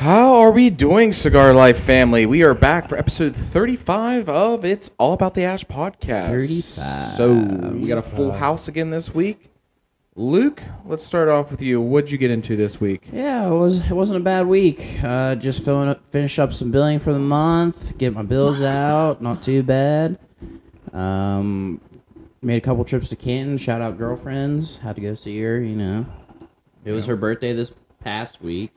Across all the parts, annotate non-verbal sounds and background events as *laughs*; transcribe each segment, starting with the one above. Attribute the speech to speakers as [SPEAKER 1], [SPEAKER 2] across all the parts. [SPEAKER 1] are we doing, Cigar Life family? We are back for episode 35 of It's All About the Ash podcast.
[SPEAKER 2] 35.
[SPEAKER 1] So, we got a full
[SPEAKER 2] Uh,
[SPEAKER 1] house again this week. Luke, let's start off with you. What'd you get into this week?
[SPEAKER 2] Yeah, it was. It wasn't a bad week. Uh, just filling up, finish up some billing for the month. Get my bills out. Not too bad. Um, made a couple trips to Canton. Shout out girlfriends. Had to go see her. You know, it was her birthday this past week,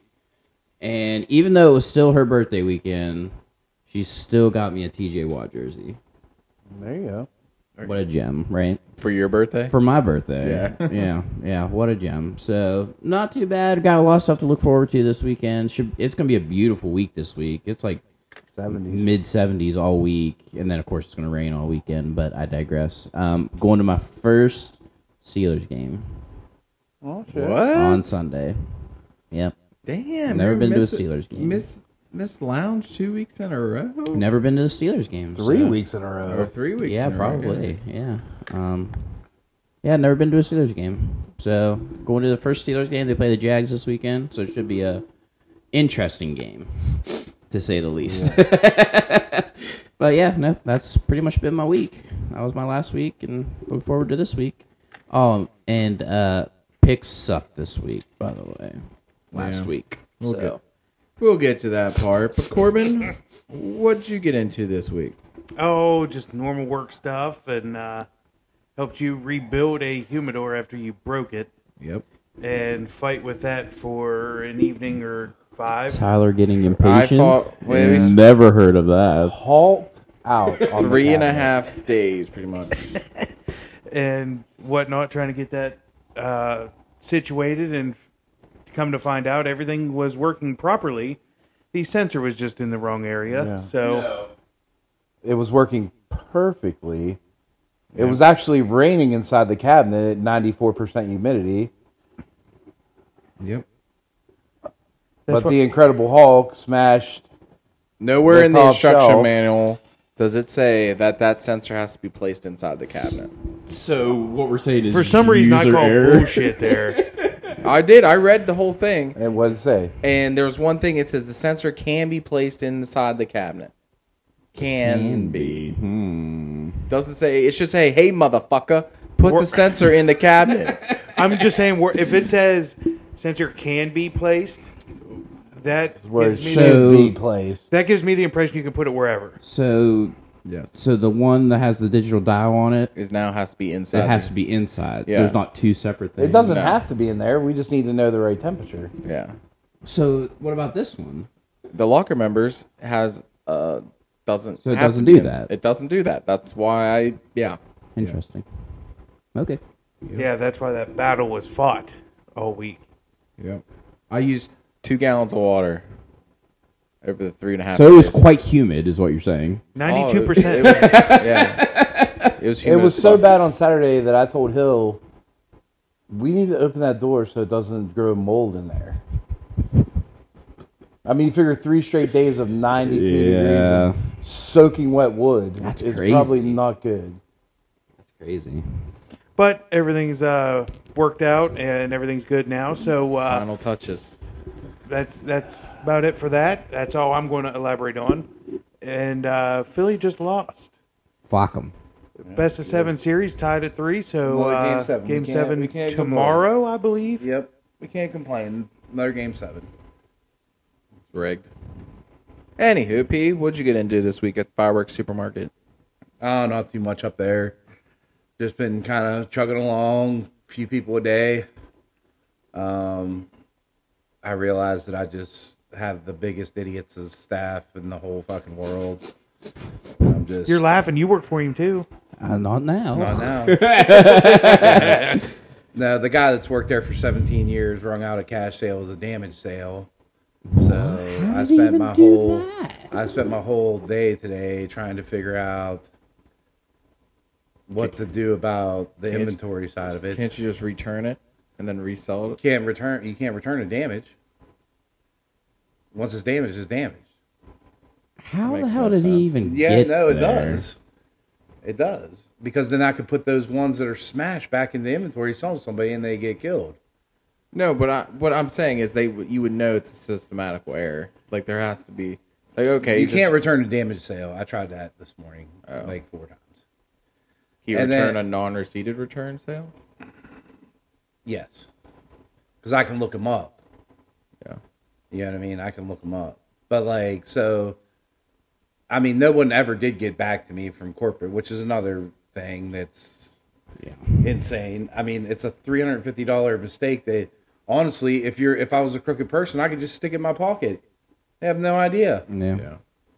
[SPEAKER 2] and even though it was still her birthday weekend, she still got me a TJ Watt jersey.
[SPEAKER 3] There you go.
[SPEAKER 2] What a gem, right?
[SPEAKER 1] For your birthday?
[SPEAKER 2] For my birthday.
[SPEAKER 1] Yeah.
[SPEAKER 2] *laughs* yeah. Yeah. What a gem. So not too bad. Got a lot of stuff to look forward to this weekend. Should it's gonna be a beautiful week this week. It's like
[SPEAKER 3] Seventies.
[SPEAKER 2] mid seventies all week, and then of course it's gonna rain all weekend. But I digress. Um, going to my first Steelers game
[SPEAKER 3] Oh shit.
[SPEAKER 1] what?
[SPEAKER 2] on Sunday. Yep.
[SPEAKER 1] Damn.
[SPEAKER 2] Uh, Never
[SPEAKER 1] you
[SPEAKER 2] been to a
[SPEAKER 1] miss-
[SPEAKER 2] Steelers game.
[SPEAKER 1] Miss, miss Lounge two weeks in a row?
[SPEAKER 2] Never been to the Steelers game.
[SPEAKER 3] Three
[SPEAKER 2] so-
[SPEAKER 3] weeks in a
[SPEAKER 1] Or
[SPEAKER 3] row.
[SPEAKER 1] three weeks
[SPEAKER 2] Yeah,
[SPEAKER 1] in a row,
[SPEAKER 2] probably. Yeah. Um, yeah, never been to a Steelers game. So going to the first Steelers game, they play the Jags this weekend, so it should be a interesting game, to say the least. *laughs* but yeah, no, that's pretty much been my week. That was my last week, and look forward to this week. Oh, and uh, picks sucked this week, by the way. Last
[SPEAKER 1] Yeah.
[SPEAKER 2] week,
[SPEAKER 1] We'll
[SPEAKER 2] so
[SPEAKER 1] We'll get to that part. But, Corbin, what'd you get into this week?
[SPEAKER 4] Oh, just normal work stuff, and uh, helped you rebuild a humidor after you broke it,
[SPEAKER 1] Yep.
[SPEAKER 4] and fight with that for an evening or five.
[SPEAKER 5] Tyler getting
[SPEAKER 1] I
[SPEAKER 5] impatient.
[SPEAKER 1] thought. Wait, we
[SPEAKER 5] Never heard of that.
[SPEAKER 3] Halt
[SPEAKER 1] *laughs*
[SPEAKER 3] out. On
[SPEAKER 1] three
[SPEAKER 3] the
[SPEAKER 1] and a
[SPEAKER 3] cabinet.
[SPEAKER 1] half days, pretty much.
[SPEAKER 4] and whatnot, trying to get that uh, situated. And f- come to find out, everything was working properly. The sensor was just in the wrong area.
[SPEAKER 3] Yeah.
[SPEAKER 4] So,
[SPEAKER 3] It was working perfectly. It was actually raining inside the cabinet at ninety-four percent humidity.
[SPEAKER 1] Yep.
[SPEAKER 3] but the Incredible Hulk smashed.
[SPEAKER 1] Nowhere
[SPEAKER 3] The
[SPEAKER 1] in the
[SPEAKER 3] top
[SPEAKER 1] instruction
[SPEAKER 3] shelf.
[SPEAKER 1] manual does it say that that sensor has to be placed inside the cabinet.
[SPEAKER 5] So what we're saying is
[SPEAKER 4] for some reason, I
[SPEAKER 5] user
[SPEAKER 4] call
[SPEAKER 5] error.
[SPEAKER 3] *laughs*
[SPEAKER 4] bullshit there.
[SPEAKER 1] I did. I read the whole thing,
[SPEAKER 3] And what did it say?
[SPEAKER 1] and there's one thing. It says the sensor can be placed inside the cabinet. Can, be. Hmm. Doesn't say. It should say, "Hey, motherfucker, put the
[SPEAKER 4] Wor-
[SPEAKER 1] sensor in the cabinet."
[SPEAKER 4] I'm just saying, where- if it says sensor can be placed, that
[SPEAKER 3] Where it
[SPEAKER 4] gives me
[SPEAKER 2] So-
[SPEAKER 4] the
[SPEAKER 3] should be placed.
[SPEAKER 4] That gives me the impression you can put it wherever.
[SPEAKER 2] so
[SPEAKER 1] *laughs* yes.
[SPEAKER 2] so the one that has the digital dial on it,
[SPEAKER 1] Is now has to be
[SPEAKER 2] it
[SPEAKER 1] inside.
[SPEAKER 2] has
[SPEAKER 1] the-
[SPEAKER 2] to be inside.
[SPEAKER 1] Yeah.
[SPEAKER 2] There's not two separate things.
[SPEAKER 3] It doesn't
[SPEAKER 1] No.
[SPEAKER 3] have to be in there. We just need to know the right temperature.
[SPEAKER 1] Yeah.
[SPEAKER 2] So what about this one?
[SPEAKER 1] The locker members has uh doesn't.
[SPEAKER 2] So it
[SPEAKER 1] have to
[SPEAKER 2] doesn't
[SPEAKER 1] be
[SPEAKER 2] do
[SPEAKER 1] ins-
[SPEAKER 2] that.
[SPEAKER 1] It doesn't do that. That's why I. Yeah.
[SPEAKER 2] Interesting. Okay.
[SPEAKER 4] Yeah, that's why that battle was fought all week.
[SPEAKER 3] Oh,
[SPEAKER 1] Yep. I used two gallons of water over the three and a half.
[SPEAKER 2] So it was
[SPEAKER 1] days.
[SPEAKER 2] quite humid, is what you're saying.
[SPEAKER 4] Ninety-two
[SPEAKER 1] It
[SPEAKER 4] percent.
[SPEAKER 1] was, yeah. It was.
[SPEAKER 3] It
[SPEAKER 1] humid
[SPEAKER 3] was
[SPEAKER 1] as
[SPEAKER 3] so
[SPEAKER 1] fuck.
[SPEAKER 3] bad on Saturday that I told Hill, we need to open that door so it doesn't grow mold in there. I mean, you figure three straight days of 92 degrees
[SPEAKER 2] Yeah.
[SPEAKER 3] and soaking wet wood.
[SPEAKER 2] That's
[SPEAKER 3] is
[SPEAKER 2] crazy.
[SPEAKER 3] probably not good.
[SPEAKER 2] Crazy.
[SPEAKER 4] *laughs* but everything's uh, worked out and everything's good now. So uh,
[SPEAKER 1] Final touches.
[SPEAKER 4] that's that's about it for that. That's all I'm going to elaborate on. And uh, Philly just lost.
[SPEAKER 2] Fuck 'em.
[SPEAKER 4] Best of seven series tied at three. So
[SPEAKER 3] Well,
[SPEAKER 4] uh,
[SPEAKER 3] game seven. We can't- we can't complain.
[SPEAKER 4] tomorrow, I believe.
[SPEAKER 3] Yep. We can't complain. Another game seven.
[SPEAKER 1] Rigged. Anywho, P, what'd you get into this week at the Fireworks Supermarket?
[SPEAKER 6] Oh, not too much up there. Just been kind of chugging along, few people a day. Um, I realized that I just have the biggest idiots as staff in the whole fucking world. I'm just
[SPEAKER 4] You're laughing. You work for him too.
[SPEAKER 2] Uh, not now.
[SPEAKER 6] not
[SPEAKER 2] *laughs*
[SPEAKER 6] now. *laughs* no, the guy that's worked there for 17 years wrung out a cash sale as a damage sale. So I
[SPEAKER 2] did he even
[SPEAKER 6] spent my
[SPEAKER 2] do
[SPEAKER 6] whole
[SPEAKER 2] that?
[SPEAKER 6] I spent my whole day today trying to figure out what to do about the
[SPEAKER 1] Can't-
[SPEAKER 6] inventory side of it.
[SPEAKER 1] Can't you just return it and then resell it?
[SPEAKER 6] can't return you can't return a damage. Once it's damaged, it's damaged.
[SPEAKER 2] How the
[SPEAKER 1] Makes
[SPEAKER 2] hell
[SPEAKER 1] no
[SPEAKER 2] did he
[SPEAKER 1] sense.
[SPEAKER 2] even
[SPEAKER 6] Yeah,
[SPEAKER 2] get
[SPEAKER 6] no, it
[SPEAKER 2] there?
[SPEAKER 6] does. It does. Because then I could put those ones that are smashed back in the inventory, sell them to somebody, and they get killed.
[SPEAKER 1] No, but I, what I'm saying is they would- you would know it's a systematical error. Like there has to be like okay,
[SPEAKER 6] You Oh.
[SPEAKER 1] just-
[SPEAKER 6] can't return a damaged sale. I tried that this morning, like four times.
[SPEAKER 1] he
[SPEAKER 6] and
[SPEAKER 1] return
[SPEAKER 6] then-
[SPEAKER 1] a non-receipted return sale.
[SPEAKER 6] Yes, because I can look them up.
[SPEAKER 1] Yeah.
[SPEAKER 6] You know what I mean? I can look them up. But like, so, I mean, no one ever did get back to me from corporate, which is another thing that's
[SPEAKER 7] Yeah.
[SPEAKER 6] insane. I mean, it's a three hundred fifty dollar mistake that honestly, if you're if I was a crooked person, I could just stick it in my pocket. They have no idea.
[SPEAKER 7] Yeah.
[SPEAKER 1] Yeah,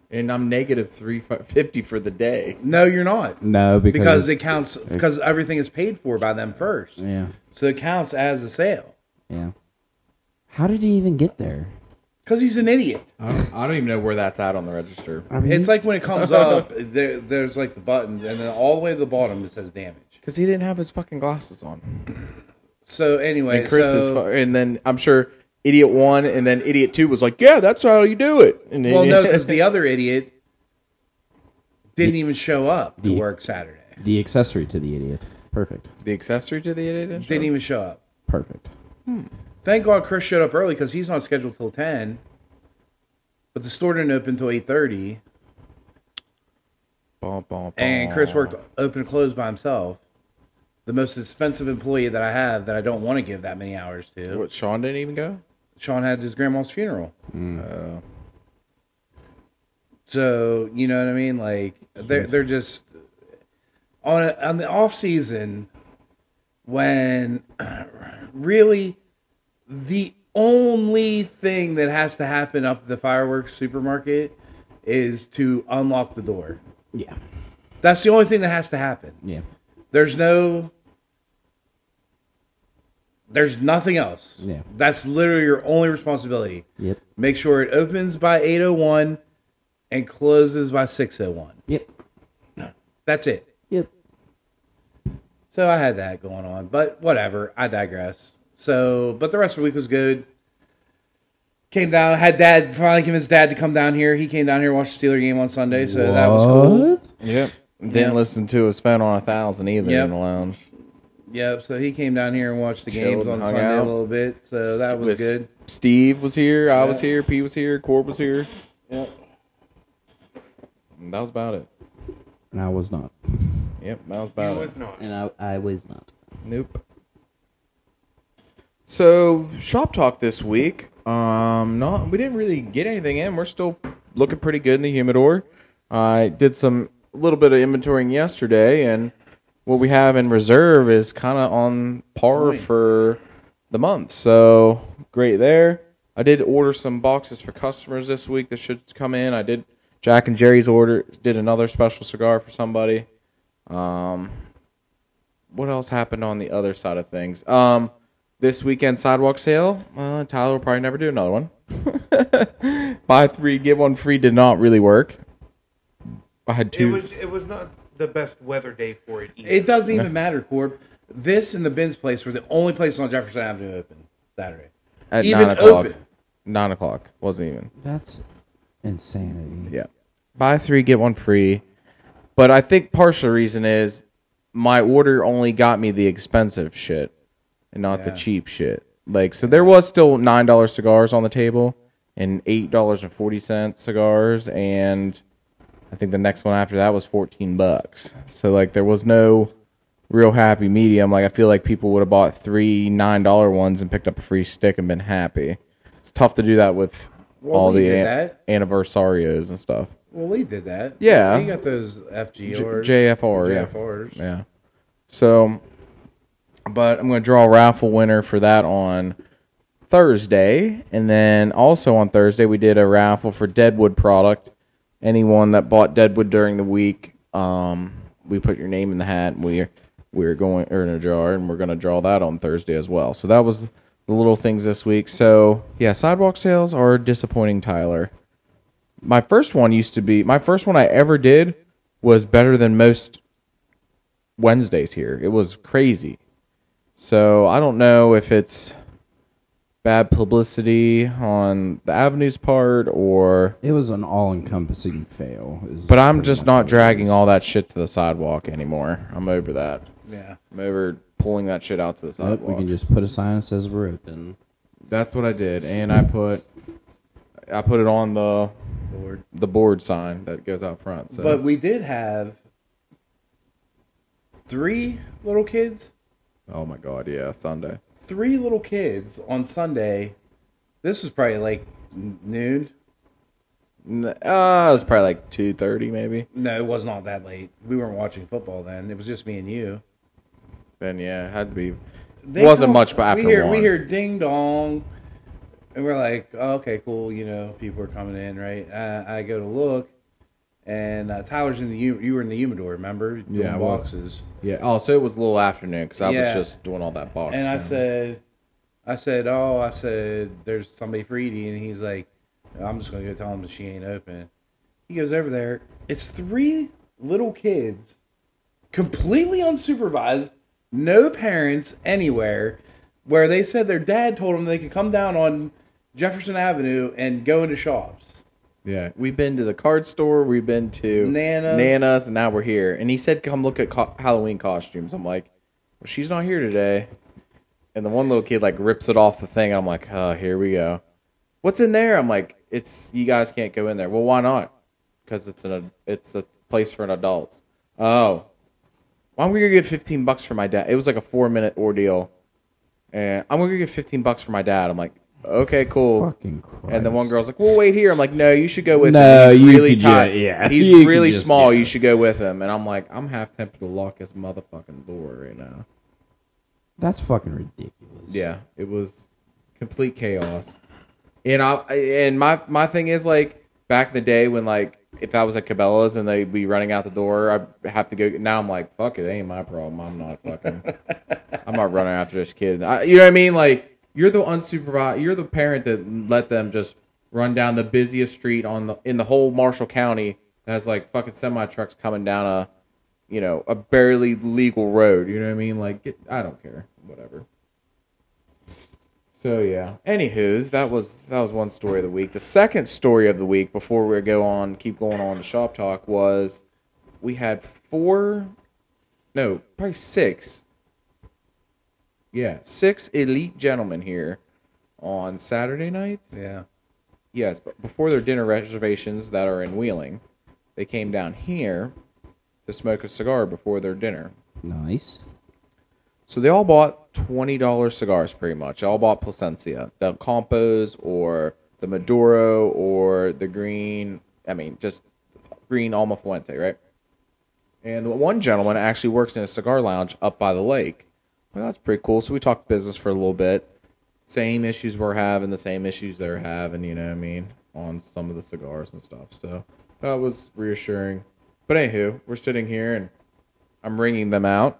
[SPEAKER 1] and I'm negative three fifty for the day.
[SPEAKER 6] No, you're not.
[SPEAKER 7] No, because,
[SPEAKER 6] Because it counts because everything is paid for by them first.
[SPEAKER 7] yeah,
[SPEAKER 6] So it counts as a sale.
[SPEAKER 7] yeah. How did he even get there?
[SPEAKER 6] Because he's an idiot.
[SPEAKER 1] I don't, I don't even know where that's at on the register.
[SPEAKER 7] I mean,
[SPEAKER 6] It's like when it
[SPEAKER 1] *laughs*
[SPEAKER 6] comes up, there, there's like the buttons, and then all the way to the bottom it says damage.
[SPEAKER 1] Because he didn't have his fucking glasses on.
[SPEAKER 6] So anyway,
[SPEAKER 1] And Chris is,
[SPEAKER 6] so-
[SPEAKER 1] fu- and then I'm sure idiot one and then idiot two was like, yeah, that's how you do it. And then, *laughs*
[SPEAKER 6] well, no, because the other idiot didn't even show up to
[SPEAKER 7] The-
[SPEAKER 6] work Saturday.
[SPEAKER 7] the accessory to the idiot. Perfect.
[SPEAKER 1] the accessory to the idiot insurance?
[SPEAKER 6] Didn't even show up.
[SPEAKER 7] Perfect.
[SPEAKER 6] Thank God Chris showed up early because he's not scheduled till ten. But the store didn't open till eight thirty,
[SPEAKER 1] Bum, bum, bum.
[SPEAKER 6] and Chris worked open and close by himself. The most expensive employee that I have that I don't want to give that many hours to.
[SPEAKER 1] What Sean didn't even go.
[SPEAKER 6] Sean had his grandma's funeral. Uh, So you know what I mean? Like they're they're just on on the off season when *clears throat* really the only thing that has to happen up at the fireworks supermarket is to unlock the door.
[SPEAKER 7] Yeah.
[SPEAKER 6] That's the only thing that has to happen.
[SPEAKER 7] Yeah.
[SPEAKER 6] There's no. There's nothing else.
[SPEAKER 7] Yeah.
[SPEAKER 6] That's literally your only responsibility.
[SPEAKER 7] Yep.
[SPEAKER 6] Make sure it opens by 801 and closes by 601.
[SPEAKER 7] Yep.
[SPEAKER 6] That's it.
[SPEAKER 7] Yep.
[SPEAKER 6] So I had that going on, but whatever. I digress. So, but the rest of the week was good. Came down, had dad finally convinced dad to come down here. He came down here, watched the Steeler game on Sunday, so that was cool.
[SPEAKER 1] Yep. Didn't listen to his phone on a thousand either
[SPEAKER 6] Yep.
[SPEAKER 1] in the lounge.
[SPEAKER 6] Yep. So he came down here and watched the
[SPEAKER 1] Chilled
[SPEAKER 6] games on
[SPEAKER 1] and hung
[SPEAKER 6] Sunday
[SPEAKER 1] out.
[SPEAKER 6] a little bit. So that was
[SPEAKER 1] With S-
[SPEAKER 6] good.
[SPEAKER 1] Steve was here. I was
[SPEAKER 6] Yeah.
[SPEAKER 1] here. P was here. Corb was here.
[SPEAKER 6] Yep.
[SPEAKER 1] And that was about it.
[SPEAKER 7] And I was not.
[SPEAKER 1] Yep, that was about
[SPEAKER 4] It
[SPEAKER 1] it.
[SPEAKER 4] was not.
[SPEAKER 7] And I, I was not.
[SPEAKER 1] Nope. So shop talk this week. Um, not we didn't really get anything in. We're still looking pretty good in the humidor. I did some little bit of inventorying yesterday, and what we have in reserve is kind of on par for the month. So great there. I did order some boxes for customers this week that should come in. I did Jack and Jerry's order. Did another special cigar for somebody what else happened on the other side of things? Um, this weekend sidewalk sale. Uh, Tyler will probably never do another one. *laughs* Buy three, get one free did not really work. I had
[SPEAKER 4] It
[SPEAKER 1] two.
[SPEAKER 4] was it was not the best weather day for it either.
[SPEAKER 6] It
[SPEAKER 1] *laughs*
[SPEAKER 6] doesn't even matter, Corb. This and the Ben's place were the only places on Jefferson Avenue open Saturday.
[SPEAKER 1] at
[SPEAKER 6] even
[SPEAKER 1] nine o'clock.
[SPEAKER 6] open.
[SPEAKER 1] Nine o'clock wasn't even.
[SPEAKER 7] That's insanity.
[SPEAKER 1] Yeah. Buy three, get one free. But I think partial reason is my order only got me the expensive shit and not the
[SPEAKER 6] Yeah.
[SPEAKER 1] cheap shit. Like so there was still nine dollar cigars on the table and eight dollars and forty cent cigars and I think the next one after that was fourteen bucks. So like there was no real happy medium. Like I feel like people would have bought three nine dollar ones and picked up a free stick and been happy. It's tough to do that with
[SPEAKER 6] Well,
[SPEAKER 1] all
[SPEAKER 6] we
[SPEAKER 1] the
[SPEAKER 6] did
[SPEAKER 1] an-
[SPEAKER 6] that.
[SPEAKER 1] anniversarios and stuff.
[SPEAKER 6] Well, Lee did that.
[SPEAKER 1] Yeah.
[SPEAKER 6] He got those FG
[SPEAKER 1] J-
[SPEAKER 6] or
[SPEAKER 1] JFR, yeah.
[SPEAKER 6] JFRs.
[SPEAKER 1] Yeah. So, but I'm going to draw a raffle winner for that on Thursday. And then also on Thursday, we did a raffle for Deadwood product. Anyone that bought Deadwood during the week, um, we put your name in the hat and we're, we're going, or in a jar, and we're going to draw that on Thursday as well. So that was the little things this week. So, yeah, sidewalk sales are disappointing, Tyler my first one used to be my first one I ever did was better than most Wednesdays here. It was crazy. So I don't know if it's bad publicity on the avenue's part or
[SPEAKER 7] It was an all-encompassing fail. is
[SPEAKER 1] but I'm
[SPEAKER 7] pretty
[SPEAKER 1] just
[SPEAKER 7] much
[SPEAKER 1] not
[SPEAKER 7] what it
[SPEAKER 1] dragging
[SPEAKER 7] is.
[SPEAKER 1] all that shit to the sidewalk anymore. I'm over that.
[SPEAKER 6] Yeah.
[SPEAKER 1] I'm over pulling that shit out to the
[SPEAKER 7] Nope,
[SPEAKER 1] sidewalk.
[SPEAKER 7] we can just put a sign that says we're open.
[SPEAKER 1] That's what I did, and I put I put it on the
[SPEAKER 6] Board.
[SPEAKER 1] the board sign that goes out front. So
[SPEAKER 6] But we did have three little kids,
[SPEAKER 1] oh my god, yeah, Sunday.
[SPEAKER 6] three little kids on Sunday. This was probably like n- noon.
[SPEAKER 1] N- Uh, it was probably like two thirty, maybe.
[SPEAKER 6] No, it was not that late. We weren't watching football then. It was just me and you.
[SPEAKER 1] Then yeah, it had to be.
[SPEAKER 6] They
[SPEAKER 1] wasn't
[SPEAKER 6] come-
[SPEAKER 1] much, but after
[SPEAKER 6] we hear, we
[SPEAKER 1] one.
[SPEAKER 6] hear ding dong, and we're like, oh, okay, cool. You know, people are coming in, right? Uh, I go to look, and uh, Tyler's in the hu- you were in the humidor, remember? Doing
[SPEAKER 1] Yeah, I was.
[SPEAKER 6] boxes.
[SPEAKER 1] Yeah. Oh, so it was a little afternoon because I
[SPEAKER 6] Yeah.
[SPEAKER 1] was just doing all that box.
[SPEAKER 6] And I
[SPEAKER 1] counting.
[SPEAKER 6] said, I said, oh, I said, there's somebody for Edie, and he's like, I'm just gonna go tell him that she ain't open. He goes over there. It's three little kids, completely unsupervised, no parents anywhere. Where they said their dad told them they could come down on Jefferson Avenue and go into shops.
[SPEAKER 1] Yeah, we've been to the card store. We've been to
[SPEAKER 6] Nana's.
[SPEAKER 1] Nana's, and now we're here. And he said, "Come look at co- Halloween costumes." I'm like, well, "She's not here today." And the one little kid like rips it off the thing. I'm like, "Oh, here we go." What's in there? I'm like, "It's you guys can't go in there." Well, why not? Because it's an ad- it's a place for an adults. Oh, well, I'm gonna get 15 bucks for my dad. It was like a four minute ordeal, and I'm gonna get 15 bucks for my dad. I'm like, "Okay, cool."
[SPEAKER 7] Fucking Christ.
[SPEAKER 1] And the one girl's like, "Well, wait here." I'm like, "No, you should go with
[SPEAKER 2] No,
[SPEAKER 1] him. He's
[SPEAKER 2] you
[SPEAKER 1] really
[SPEAKER 2] could ju-
[SPEAKER 1] tight.
[SPEAKER 2] yeah. *laughs*
[SPEAKER 1] he's
[SPEAKER 2] You could
[SPEAKER 1] really
[SPEAKER 2] just-
[SPEAKER 1] small.
[SPEAKER 2] yeah.
[SPEAKER 1] You should go with him." And I'm like, "I'm half tempted to lock his motherfucking door right now."
[SPEAKER 7] That's fucking ridiculous.
[SPEAKER 1] Yeah, it was complete chaos. And I and my my thing is like back in the day when like if I was at Cabela's and they'd be running out the door, I have to go. Now I'm like, "Fuck it, it ain't my problem. I'm not fucking. I'm not running after this kid." I, you know what I mean? Like you're the unsupervised. You're the parent that let them just run down the busiest street on the in the whole Marshall County that has like fucking semi trucks coming down a you know a barely legal road. You know what I mean? Like get, I don't care, whatever. So yeah. Anywho's that was that was one story of the week. The second story of the week before we go on keep going on to shop talk was we had four no, probably six. Yeah, six elite gentlemen here on Saturday night.
[SPEAKER 6] Yeah.
[SPEAKER 1] Yes, but before their dinner reservations that are in Wheeling, they came down here to smoke a cigar before their dinner.
[SPEAKER 7] Nice.
[SPEAKER 1] So they all bought twenty dollar cigars, pretty much. They all bought Placencia, the Compos, or the Maduro, or the green. I mean, just green Alma Fuente, right? And the one gentleman actually works in a cigar lounge up by the lake. Well, that's pretty cool. So we talked business for a little bit. Same issues we're having, the same issues they're having. You know what I mean? On some of the cigars and stuff. So that was reassuring. But anywho, we're sitting here and I'm ringing them out.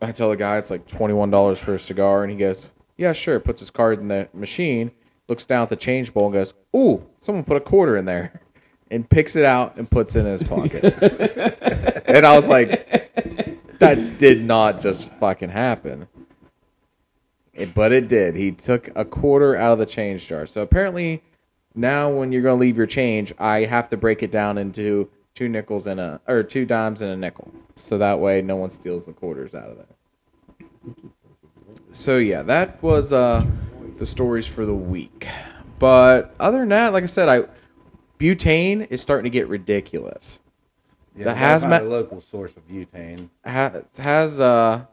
[SPEAKER 1] I tell the guy it's like twenty one dollars for a cigar, and he goes, "Yeah, sure." Puts his card in the machine, looks down at the change bowl, and goes, "Ooh, someone put a quarter in there," *laughs* and picks it out and puts it in his pocket. and I was like, "That did not just fucking happen," It- but it did. He took a quarter out of the change jar. So apparently, now when you're going to leave your change, I have to break it down into two nickels and a or two dimes and a nickel, so that way no one steals the quarters out of there so yeah, that was uh, the stories for the week. But other than that, like I said, I butane is starting to get ridiculous.
[SPEAKER 6] yeah
[SPEAKER 1] The
[SPEAKER 6] we gotta find
[SPEAKER 1] hazmat-
[SPEAKER 6] a local source of butane.
[SPEAKER 1] Ha- has uh,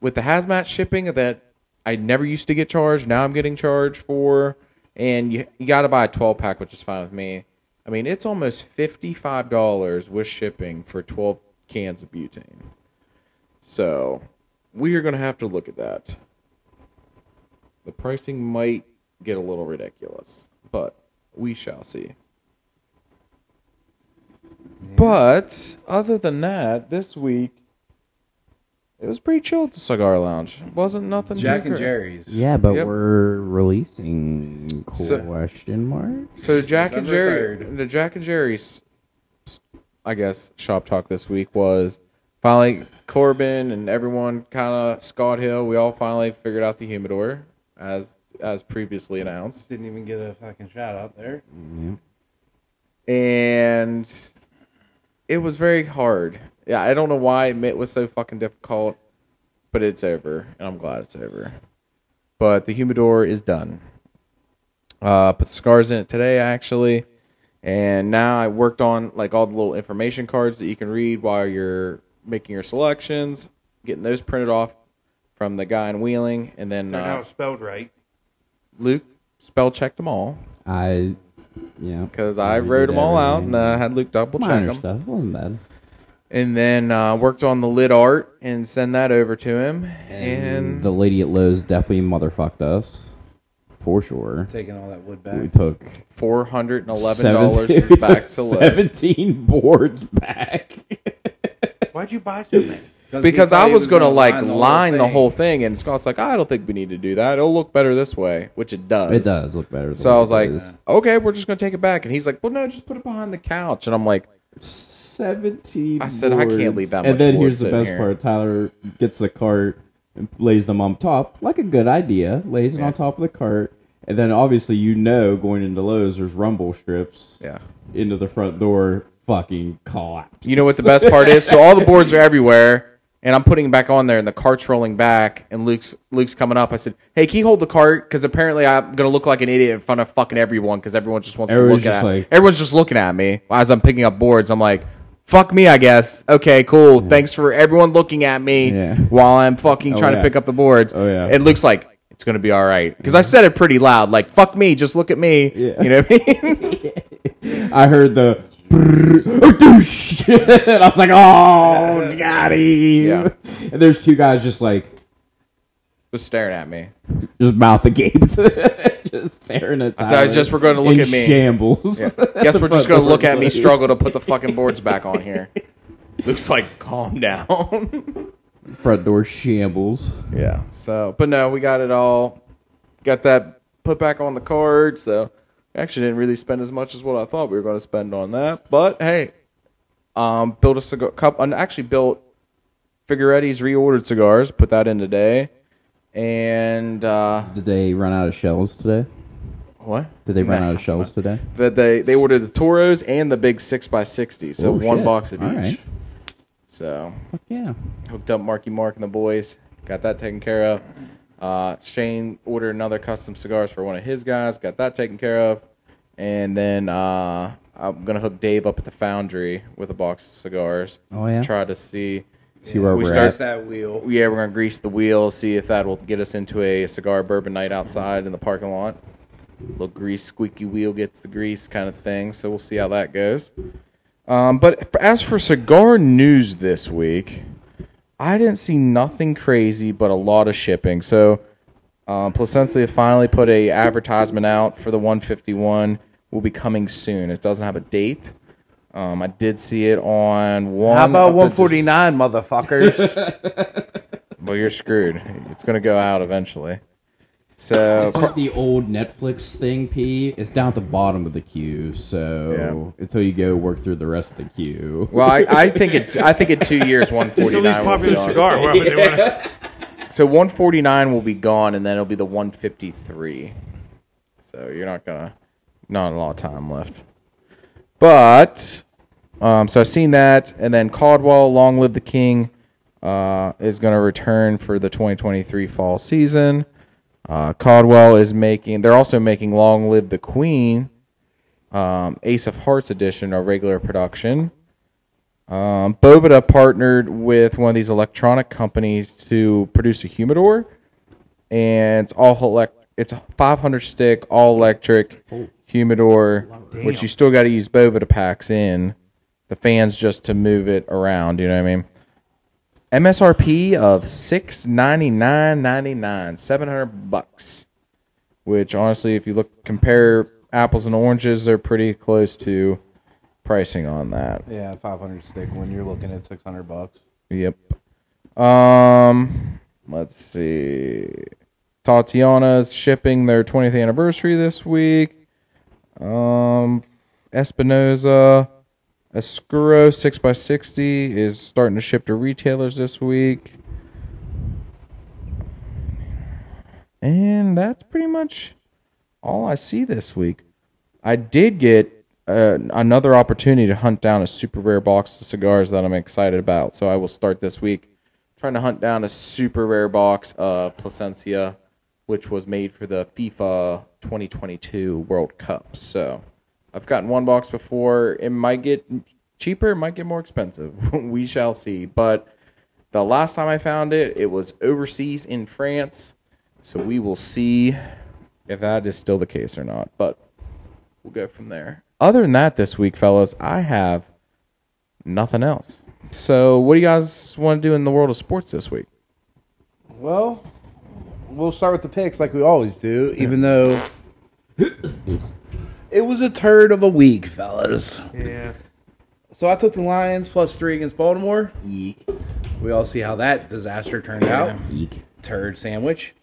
[SPEAKER 1] with the hazmat shipping that I never used to get charged, now I'm getting charged for, and you you got to buy a 12 pack, which is fine with me. I mean, it's almost fifty-five dollars with shipping for twelve cans of butane. So we are going to have to look at that. The pricing might get a little ridiculous, but we shall see. But other than that, this week it was pretty chill at the cigar lounge. Wasn't nothing. too
[SPEAKER 6] Jack and
[SPEAKER 1] cra-
[SPEAKER 6] Jerry's.
[SPEAKER 7] Yeah, but
[SPEAKER 1] Yep.
[SPEAKER 7] we're releasing
[SPEAKER 1] So-
[SPEAKER 7] question mark.
[SPEAKER 1] So Jack and
[SPEAKER 6] December
[SPEAKER 1] Jerry, the Jack and Jerry's, I guess shop talk this week was finally Corbin and everyone kind of Scott Hill. We all finally figured out the humidor as as previously announced.
[SPEAKER 6] Didn't even get a fucking shout out there.
[SPEAKER 1] and it was very hard. Yeah, I don't know why Mitt was so fucking difficult, but it's over, and I'm glad it's over. But the humidor is done. Uh, put scars in it today, actually, and now I worked on like all the little information cards that you can read while you're making your selections, getting those printed off from the guy in Wheeling, and then
[SPEAKER 4] They're
[SPEAKER 1] uh,
[SPEAKER 4] not spelled right.
[SPEAKER 1] Luke spell checked them all
[SPEAKER 7] I, yeah,
[SPEAKER 1] because I wrote them all out and uh, had Luke double check
[SPEAKER 7] minor
[SPEAKER 1] them.
[SPEAKER 7] stuff wasn't bad.
[SPEAKER 1] and then uh, worked on the lid art and send that over to him. And,
[SPEAKER 7] the lady at Lowe's definitely motherfucked us, for sure.
[SPEAKER 6] Taking all that wood
[SPEAKER 7] We
[SPEAKER 6] back.
[SPEAKER 7] took
[SPEAKER 1] four hundred and eleven
[SPEAKER 7] seventeen-
[SPEAKER 1] dollars
[SPEAKER 7] we *laughs*
[SPEAKER 1] back
[SPEAKER 7] took
[SPEAKER 1] to Lowe's
[SPEAKER 7] seventeen boards back.
[SPEAKER 4] Why'd you buy so many?
[SPEAKER 1] because
[SPEAKER 6] he
[SPEAKER 1] I
[SPEAKER 6] thought he
[SPEAKER 1] was gonna
[SPEAKER 6] gonna
[SPEAKER 1] like line the
[SPEAKER 6] thing.
[SPEAKER 1] whole thing, and Scott's like, I don't think we need to do that. It'll look better this way, which it does.
[SPEAKER 7] It does look better. Than
[SPEAKER 1] So I was
[SPEAKER 7] what
[SPEAKER 1] like,
[SPEAKER 7] it is.
[SPEAKER 1] okay, we're just gonna take it back, and he's like, well, no, just put it behind the couch, and I'm like,
[SPEAKER 2] Seventeen.
[SPEAKER 1] I said, I can't
[SPEAKER 2] boards.
[SPEAKER 1] leave that much
[SPEAKER 2] And then
[SPEAKER 1] board
[SPEAKER 2] here's the
[SPEAKER 1] sitting
[SPEAKER 2] best
[SPEAKER 1] here.
[SPEAKER 2] part: Tyler gets the cart and lays them on top, like a good idea. Lays it on top of the cart, and then obviously you know going into Lowe's, there's rumble strips.
[SPEAKER 1] yeah.
[SPEAKER 2] Into the front door, fucking collapse.
[SPEAKER 1] You know what the best part is? So all the boards are everywhere, and I'm putting them back on there, and the cart's rolling back, and Luke's Luke's coming up. I said, "Hey, can you hold the cart? Because apparently I'm gonna look like an idiot in front of fucking everyone, because everyone just wants
[SPEAKER 2] Everyone's
[SPEAKER 1] to look
[SPEAKER 2] just
[SPEAKER 1] at
[SPEAKER 2] like-
[SPEAKER 1] everyone's just looking at me as I'm picking up boards. I'm like, fuck me, I guess. Okay, cool. Thanks for everyone looking at me
[SPEAKER 2] Yeah.
[SPEAKER 1] while I'm fucking
[SPEAKER 2] Oh,
[SPEAKER 1] trying
[SPEAKER 2] yeah.
[SPEAKER 1] to pick up the boards.
[SPEAKER 2] Oh, yeah.
[SPEAKER 1] And Luke's like, it's gonna be all right, because I said it pretty loud, like, fuck me, just look at me.
[SPEAKER 2] Yeah.
[SPEAKER 1] You know what I
[SPEAKER 2] *laughs*
[SPEAKER 1] mean?
[SPEAKER 2] I heard the. *laughs* "Doosh!" and I was
[SPEAKER 1] *laughs*
[SPEAKER 2] like, "Oh, got him!"
[SPEAKER 1] Yeah.
[SPEAKER 2] And there's two guys just like
[SPEAKER 1] just staring at me.
[SPEAKER 2] just mouth agape, *laughs* just staring at. Tyler
[SPEAKER 1] said, "I just were gonna look
[SPEAKER 2] in
[SPEAKER 1] at me."
[SPEAKER 2] Shambles.
[SPEAKER 1] Guess we're just going to look at me
[SPEAKER 2] Lowe's.
[SPEAKER 1] struggle to put the fucking boards back on here. Looks like calm down.
[SPEAKER 2] *laughs* Front door shambles.
[SPEAKER 1] *laughs* yeah. So, but no, we got it all. Got that put back on the card. So, actually didn't really spend as much as what I thought we were going to spend on that. But hey, um, built a cigar cup. And actually built Figuretti's reordered cigars. Put that in today. And uh,
[SPEAKER 7] did they run out of shells today?
[SPEAKER 1] what
[SPEAKER 7] Did they run
[SPEAKER 1] Nah.
[SPEAKER 7] out of shells today?
[SPEAKER 1] That they they ordered the Toros and the big six x sixty. So
[SPEAKER 7] Oh,
[SPEAKER 1] one
[SPEAKER 7] shit.
[SPEAKER 1] box of
[SPEAKER 7] All
[SPEAKER 1] each.
[SPEAKER 7] right.
[SPEAKER 1] So
[SPEAKER 7] Fuck yeah.
[SPEAKER 1] hooked up Marky Mark and the boys. Got that taken care of. Uh, Shane ordered another custom cigars for one of his guys. Got that taken care of. And then uh, I'm gonna hook Dave up at the foundry with a box of cigars.
[SPEAKER 7] Oh, yeah?
[SPEAKER 1] Try to see.
[SPEAKER 2] See where
[SPEAKER 1] We
[SPEAKER 2] we are
[SPEAKER 1] start-
[SPEAKER 2] start.
[SPEAKER 6] That's that wheel.
[SPEAKER 1] Yeah, we're gonna grease the wheel. See if that will get us into a cigar bourbon night outside in the parking lot. Little grease, squeaky wheel gets the grease kind of thing. So we'll see how that goes. Um, but as for cigar news this week, I didn't see nothing crazy, but a lot of shipping. So, um, Placencia finally put a advertisement out for the 151. Will be coming soon. It doesn't have a date. Um, I did see it on one.
[SPEAKER 3] How about
[SPEAKER 1] of the-
[SPEAKER 3] 149, motherfuckers?
[SPEAKER 1] Well, you're screwed. It's gonna go out eventually. So Uh,
[SPEAKER 7] It's like the old Netflix thing, P. It's down at the bottom of the queue, so until you go work through the rest of the queue.
[SPEAKER 1] Well, I, I think it. I think in two years, one
[SPEAKER 4] It's
[SPEAKER 1] forty
[SPEAKER 4] the least
[SPEAKER 1] nine will be
[SPEAKER 4] popular
[SPEAKER 1] gone.
[SPEAKER 4] cigar. Why would they wanna-
[SPEAKER 1] So one forty nine will be gone, and then it'll be the one fifty three. So you're not gonna, not a lot of time left. But, um, so I've seen that, and then Caldwell, Long Live the King, uh, is gonna return for the twenty twenty three fall season. Uh, Caldwell is making. They're also making Long Live the Queen, um, Ace of Hearts edition, a regular production. Um, Bovida partnered with one of these electronic companies to produce a humidor, and it's all elect. It's a 500 stick, all electric humidor, which you still got to use Bovida packs in. The fans just to move it around. You know what I mean? MSRP of six ninety nine ninety nine, seven hundred bucks. Which honestly, if you look compare apples and oranges, they're pretty close to pricing on that.
[SPEAKER 3] yeah, 500 stick when you're looking at 600 bucks.
[SPEAKER 1] Yep. Um, let's see. Tatiana's shipping their 20th anniversary this week. Um, Espinoza Escuro 6x60 is starting to ship to retailers this week. And that's pretty much all I see this week. I did get uh, another opportunity to hunt down a super rare box of cigars that I'm excited about. So I will start this week trying to hunt down a super rare box of Placencia, which was made for the FIFA 2022 World Cup. So I've gotten one box before. It might get cheaper, it might get more expensive. *laughs* we shall see. But the last time I found it, it was overseas in France. So we will see if that is still the case or not. But we'll go from there. Other than that, this week, fellas, I have nothing else. So, what do you guys want to do in the world of sports this week?
[SPEAKER 6] Well, we'll start with the picks like we always do, even though it was a turd of a week, fellas.
[SPEAKER 4] Yeah.
[SPEAKER 6] So I took the Lions plus three against Baltimore. We all see how that disaster turned out.
[SPEAKER 7] Eek.
[SPEAKER 6] Turd sandwich.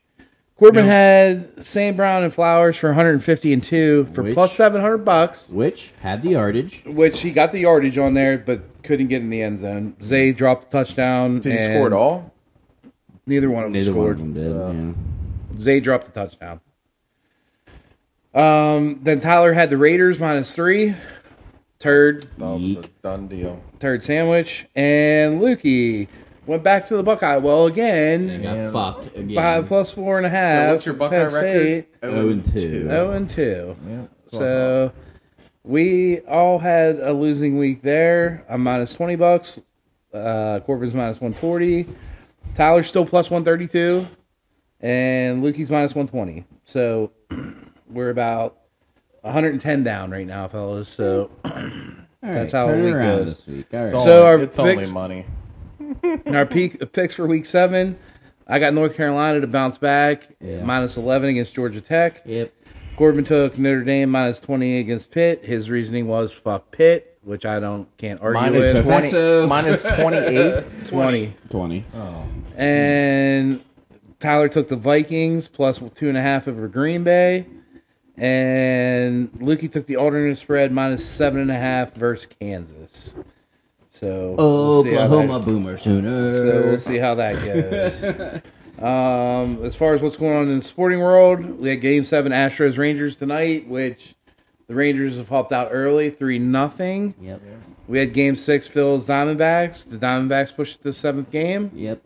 [SPEAKER 6] Corbin had Sam Brown and Flowers for 150 and two for
[SPEAKER 7] Which-
[SPEAKER 6] plus 700 bucks,
[SPEAKER 7] Which had the yardage.
[SPEAKER 6] which he got the yardage on there, but couldn't get in the end zone. Zay dropped the touchdown.
[SPEAKER 1] Mm-hmm. Did he
[SPEAKER 6] and
[SPEAKER 1] score at all?
[SPEAKER 6] Neither one of them
[SPEAKER 7] Neither one
[SPEAKER 6] scored.
[SPEAKER 7] of them did.
[SPEAKER 6] Uh,
[SPEAKER 7] yeah.
[SPEAKER 6] Zay dropped the touchdown. Um, then Tyler had the Raiders minus three. Turd,
[SPEAKER 1] was a done deal.
[SPEAKER 6] turd sandwich, and Lukey went back to the Buckeye well again.
[SPEAKER 7] Got fucked again.
[SPEAKER 6] Five plus four and a half.
[SPEAKER 1] So what's your Buckeye
[SPEAKER 6] Penn
[SPEAKER 1] record?
[SPEAKER 6] State,
[SPEAKER 7] Oh, and two.
[SPEAKER 6] zero and two. so we all had a losing week there. I'm minus twenty bucks. Uh, Corbin's minus one forty. Tyler's still plus one thirty two, and Lukey's minus one twenty. So *clears throat* we're about 110 down right now, fellas. So
[SPEAKER 2] All right,
[SPEAKER 6] That's how
[SPEAKER 2] turn
[SPEAKER 6] the
[SPEAKER 2] it
[SPEAKER 6] week
[SPEAKER 2] around
[SPEAKER 6] goes.
[SPEAKER 2] this week. All right.
[SPEAKER 1] It's, only,
[SPEAKER 6] So our
[SPEAKER 1] it's only
[SPEAKER 6] picks-
[SPEAKER 1] money.
[SPEAKER 6] And our peak, uh, picks for week seven, I got North Carolina to bounce back,
[SPEAKER 2] Yeah.
[SPEAKER 6] minus 11 against Georgia Tech.
[SPEAKER 7] Yep.
[SPEAKER 6] Corbin took Notre Dame minus 20 against Pitt. His reasoning was fuck Pitt, which I don't can't argue
[SPEAKER 1] Minus
[SPEAKER 6] with.
[SPEAKER 1] twenty.
[SPEAKER 7] Offensive.
[SPEAKER 1] *laughs* Minus twenty-eight.
[SPEAKER 6] 20.
[SPEAKER 2] Twenty.
[SPEAKER 7] Oh.
[SPEAKER 6] And Tyler took the Vikings plus two and a half over Green Bay. And Lukey took the alternate spread minus seven and a half versus Kansas. So
[SPEAKER 2] Oh,
[SPEAKER 6] we'll see how that-
[SPEAKER 7] Oklahoma Boomer
[SPEAKER 6] So we'll
[SPEAKER 2] Uh,
[SPEAKER 7] Sooners.
[SPEAKER 6] see how that goes. um, as far as what's going on in the sporting world, we had Game Seven Astros Rangers tonight, which the Rangers have hopped out early, three nothing.
[SPEAKER 7] Yep.
[SPEAKER 6] We had Game Six Phil's Diamondbacks. The Diamondbacks pushed the seventh game.
[SPEAKER 7] Yep.